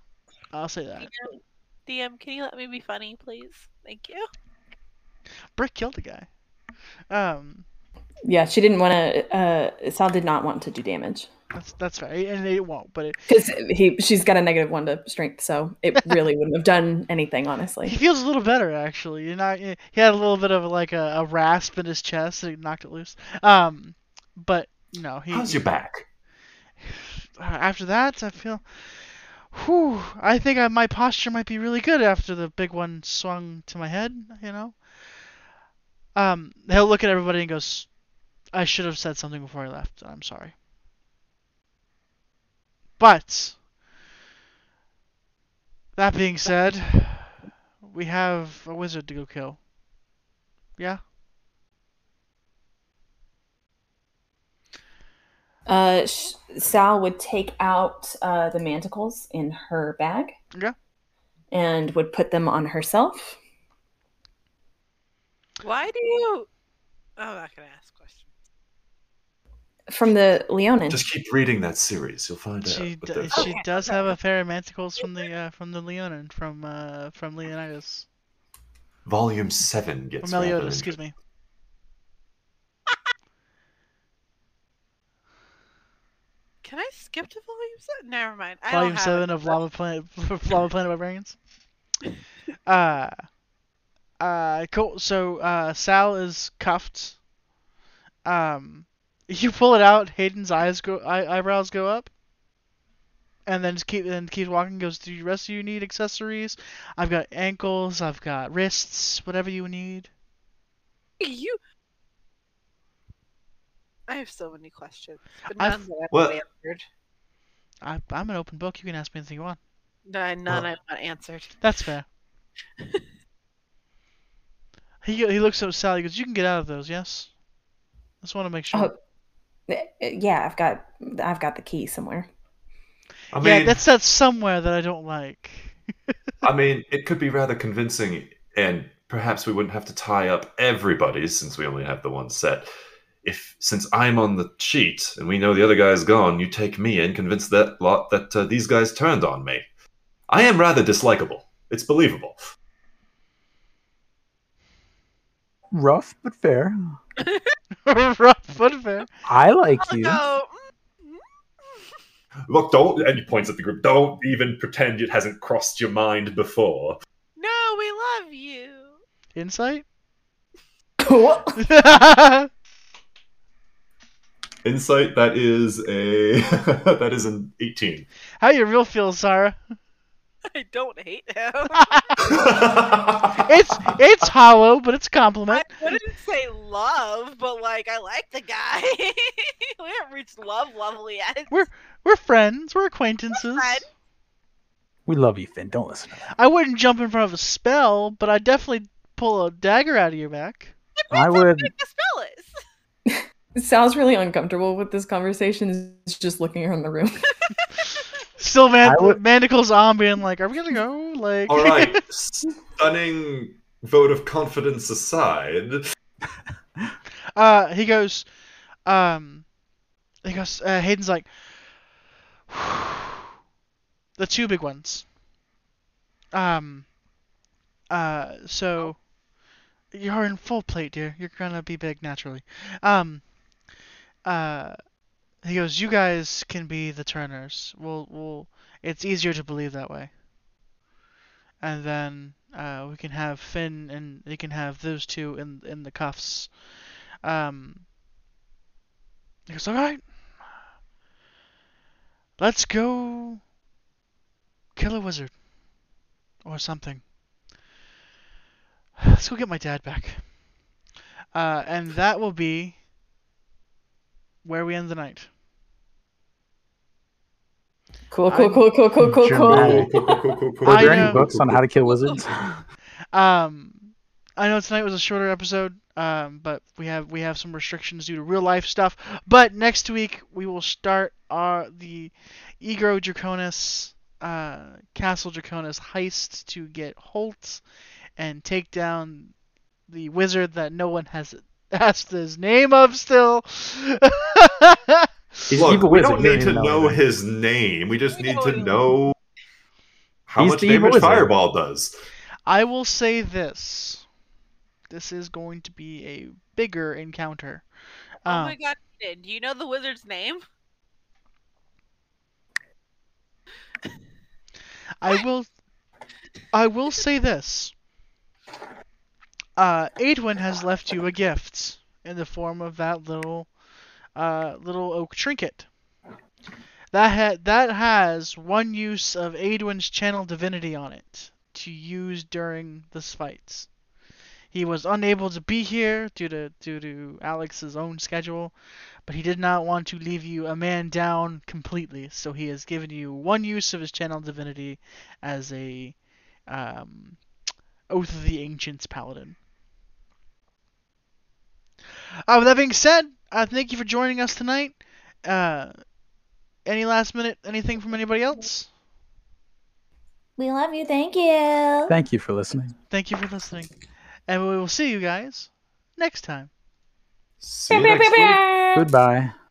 A: I'll say that.
E: DM, can you let me be funny, please? Thank you.
A: Brick killed a guy. Um,
D: Yeah, she didn't want to. Uh, Sal did not want to do damage
A: that's that's fair, and it won't. But it,
D: because he she's got a negative one to strength, so it (laughs) really wouldn't have done anything,
A: he
D: honestly.
A: feels a little better actually. You're not. eh, He had a little bit of like a, a rasp in his chest, and he knocked it loose. Um, but no, he.
G: How's your back?
A: uh, after that, I feel. Whew, I think I, my posture might be really good after the big one swung to my head, you know? Um, he'll look at everybody and goes, I should have said something before I left. I'm sorry. But, that being said, we have a wizard to go kill. Yeah?
D: Uh, sh- Sal would take out uh, the manticles in her bag.
A: Okay.
D: And would put them on herself.
E: Why do you. I'm not gonna ask questions.
D: From the Leonin.
G: Just keep reading that series. You'll find
A: She
G: out. what
A: d-
G: they're-
A: she does have a pair of manticles from the uh, from the Leonin from uh, from Leonidas
G: Volume seven gets.
A: from
G: rather
A: Meliodas, excuse me.
E: Can I skip to volume seven? Never mind. I
A: Volume
E: don't have
A: seven
E: it.
A: of Lava Planet, (laughs) Lava Planet Barbarians. Uh, uh, cool. So uh, Sal is cuffed. Um, you pull it out. Hayden's eyes go, eye, eyebrows go up, and then just keep then keeps walking. Goes, do the rest of you need accessories? I've got ankles. I've got wrists. Whatever you need.
E: You. I have so many questions, but
A: I've-
E: none that I've
G: Well-
E: answered.
A: I, I'm an open book. You can ask me anything you want.
E: No, none I've not answered.
G: (laughs)
A: That's fair. he he looks at Sally. He goes, "You can get out of those, yes." I just want to make sure.
D: Oh, Uh, yeah, I've got I've got the key (laughs) somewhere.
G: I mean,
A: yeah, that's that somewhere that I don't like. (laughs)
G: I mean, it could be rather convincing, and perhaps we wouldn't have to tie up everybody's since we only have the one set. If since I'm on the sheet and we know the other guy's gone, you take me and convince that lot that uh, these guys turned on me. I am rather dislikable. It's believable.
C: Rough but fair.
G: Mm.
A: Rough but fair.
C: I like you.
E: Oh, No,
B: Look, don't. And he points at the group. Don't even pretend it hasn't crossed your mind before.
E: no, we love you. (laughs)
A: Insight. (laughs)
D: Cool.
G: Insight. That is a (laughs) that is an eighteen. (laughs)
A: How you real feel, Sarah?
E: I don't hate him.
A: It's it's hollow, but it's a compliment.
E: I wouldn't say love, but like I like the guy. (laughs) we haven't reached love level yet.
A: We're- We're friends. We're acquaintances.
E: friends.
C: We love you, Finn. Don't listen
A: (laughs)
C: to that.
A: I wouldn't jump in front of a spell, but I definitely pull a dagger out of your back.
C: I would.
E: Like the spell is.
D: Sal's really uncomfortable with this conversation. Is just looking around the room. (laughs)
A: Still, man,
C: I would-
A: manacles on, being like, "Are we gonna go?" Like,
C: (laughs)
G: All right. Stunning vote of confidence aside,
A: Uh, he goes, um, he goes. Uh, Hayden's like, (sighs) the two big ones. Um, uh, so you're in full plate, dear. You're gonna be big naturally. Um, uh, he goes. You guys can be the Turners. We'll, we'll. It's easier to believe that way. And then uh, we can have Finn, and they can have those two in in the cuffs. Um, he goes, all right, let's go kill a wizard or something. Let's go get my dad back. Uh, and that will be where we end the night.
D: Cool, cool, cool, cool, cool, cool, cool.
C: Dramatic. Were there any
A: know.
C: books on how to kill wizards?
A: Um, I know tonight was a shorter episode. Um, but we have we have some restrictions due to real life stuff. But next week we will start our the Egro Draconis uh, Castle Draconis heist to get Holt and take down the wizard that no one has (laughs) asked his name of still. (laughs)
C: He's
B: Look,
C: evil
B: we
C: wizard.
B: don't
C: you
B: need to
C: even
B: know
C: him.
B: his name. We just
E: We
B: need to
E: don't-
B: know how
C: He's
B: much
C: the evil
B: damage
C: wizard.
B: Fireball does.
A: I will say this. This is going to be a bigger encounter.
E: Oh
A: Um,
E: my god, Aiden, do you know the wizard's name?
A: I will I will say this. Uh Aedwin has left you a gift in the form of that little uh little oak trinket. That ha- that has one use of Aedwin's channel divinity on it to use during this fight. He was unable to be here due to due to Alex's own schedule, but he did not want to leave you a man down completely, so he has given you one use of his channel divinity as a um, Oath of the Ancients paladin. Uh, with that being said, uh, thank you for joining us tonight. Uh, any last minute, anything from anybody else?
D: We love you. Thank you.
C: Thank you for listening.
A: Thank you for listening, and we will see you guys next time.
B: See you next week.
C: Goodbye.